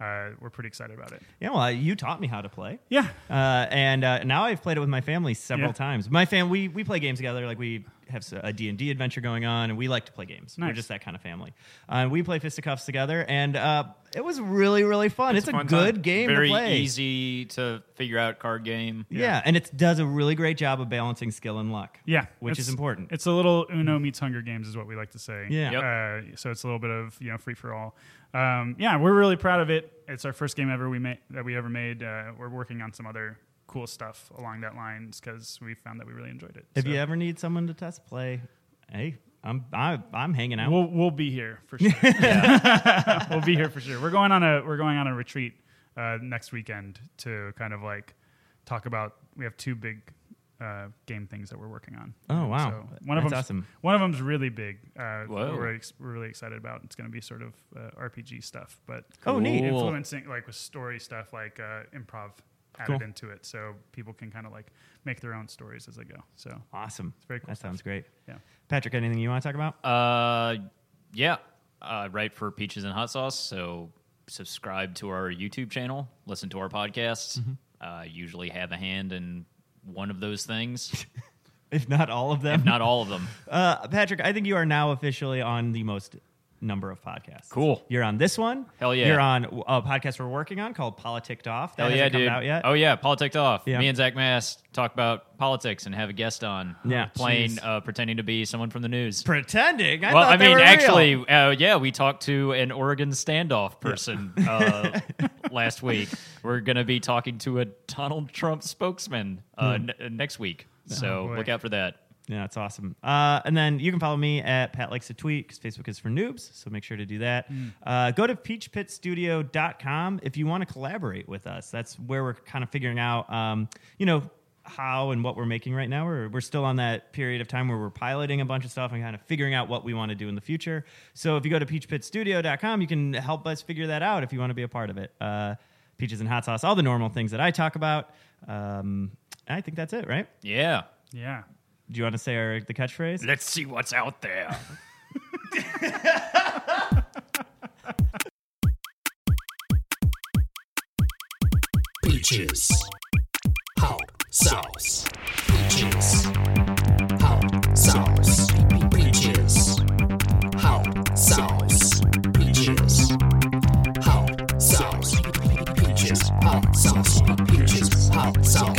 [SPEAKER 4] uh, we're pretty excited about it.
[SPEAKER 3] yeah well you taught me how to play
[SPEAKER 4] Yeah,
[SPEAKER 3] Uh, and uh, now I've played it with my family several
[SPEAKER 4] Yeah.
[SPEAKER 3] times. My family, we, we play games together. Like we have s- a D and D adventure going on, and we like to play games. We're
[SPEAKER 4] Nice.
[SPEAKER 3] just that kind of family. Uh, we play fisticuffs together, and uh, it was really really fun. It's, a,
[SPEAKER 1] fun
[SPEAKER 3] good
[SPEAKER 1] time.
[SPEAKER 3] game
[SPEAKER 2] Very
[SPEAKER 3] to play.
[SPEAKER 2] easy to figure out card game.
[SPEAKER 3] Yeah. and it does a really great job of balancing skill and luck.
[SPEAKER 4] yeah,
[SPEAKER 3] which
[SPEAKER 4] It's-
[SPEAKER 3] is important.
[SPEAKER 4] It's a little Uno meets Hunger Games, is what we like to say.
[SPEAKER 3] Yeah.
[SPEAKER 4] Uh, so it's a little bit of you know free for all. Um, yeah, we're really proud of it. It's our first game ever we made that we ever made. Uh, we're working on some other cool stuff along that lines because we found that we really enjoyed it.
[SPEAKER 3] If
[SPEAKER 4] So
[SPEAKER 3] you ever need someone to test play, hey, I'm I, I'm hanging out.
[SPEAKER 4] We'll we'll be here
[SPEAKER 3] <laughs>
[SPEAKER 4] for sure. we'll be here for sure. We're going on a we're going on a retreat uh, next weekend to kind of like talk about. We have two big uh, game things that we're working on.
[SPEAKER 3] Oh, wow.
[SPEAKER 4] one of
[SPEAKER 3] That's
[SPEAKER 4] them's
[SPEAKER 3] awesome.
[SPEAKER 4] One of them's really big. Uh,
[SPEAKER 2] Whoa.
[SPEAKER 4] we're, ex- we're really excited about. It's going to be sort of uh, RPG stuff, but
[SPEAKER 3] Oh, neat.
[SPEAKER 2] Cool.
[SPEAKER 4] influencing like with story stuff like uh, improv added
[SPEAKER 3] Cool.
[SPEAKER 4] into it, so people can kind of like make their own stories as they go. So
[SPEAKER 3] awesome.
[SPEAKER 4] very cool
[SPEAKER 3] that
[SPEAKER 4] stuff.
[SPEAKER 3] sounds great.
[SPEAKER 4] yeah.
[SPEAKER 3] Patrick, anything you want to talk about?
[SPEAKER 2] Uh, yeah. Uh, right for Peaches and Hot Sauce. So subscribe to our YouTube channel, listen to our podcasts.
[SPEAKER 3] Mm-hmm.
[SPEAKER 2] Uh, usually have a hand in one of those things, <laughs>
[SPEAKER 3] If not all of them.
[SPEAKER 2] if not all of them.
[SPEAKER 3] Uh, Patrick, I think you are now officially on the most number of podcasts.
[SPEAKER 2] Cool.
[SPEAKER 3] You're on this one.
[SPEAKER 2] Hell yeah.
[SPEAKER 3] You're on a podcast we're working on called Politicked Off. <laughs> That
[SPEAKER 2] Hell
[SPEAKER 3] hasn't
[SPEAKER 2] yeah,
[SPEAKER 3] come
[SPEAKER 2] dude.
[SPEAKER 3] out yet.
[SPEAKER 2] Oh yeah, politics off.
[SPEAKER 3] Yeah.
[SPEAKER 2] Me and Zach Mass talk about politics and have a guest on.
[SPEAKER 3] Yeah.
[SPEAKER 2] playing
[SPEAKER 3] Jeez.
[SPEAKER 2] uh, pretending to be someone from the news.
[SPEAKER 3] Pretending. I
[SPEAKER 2] well,
[SPEAKER 3] thought
[SPEAKER 2] I
[SPEAKER 3] they
[SPEAKER 2] mean,
[SPEAKER 3] were real.
[SPEAKER 2] actually, uh, yeah, we talked to an Oregon standoff person
[SPEAKER 3] <laughs>
[SPEAKER 2] uh, last week. We're going to be talking to a Donald Trump spokesman uh,
[SPEAKER 3] Hmm.
[SPEAKER 2] n- next week.
[SPEAKER 3] Oh,
[SPEAKER 2] So
[SPEAKER 4] boy.
[SPEAKER 2] look out for that.
[SPEAKER 3] Yeah, that's awesome. Uh, and then you can follow me at Pat Likes to Tweet because Facebook is for noobs. So make sure to do that. Uh, go to peachpitstudio.com if you want to collaborate with us. That's where we're kind of figuring out, um, you know, how and what we're making right now. We're, we're still on that period of time where we're piloting a bunch of stuff and kind of figuring out what we want to do in the future. So if you go to peachpitstudio.com, you can help us figure that out if you want to be a part of it. Uh, peaches and hot sauce, all the normal things that I talk about. Um, I think that's it, right?
[SPEAKER 2] Yeah.
[SPEAKER 4] Yeah.
[SPEAKER 3] Do you want to say our, the catchphrase?
[SPEAKER 2] Let's see what's out there.
[SPEAKER 5] Peaches. Hot sauce. Peaches. Hot sauce. Peaches. Hot sauce. Peaches. Hot sauce. Peaches. Hot sauce. Peaches. Hot sauce.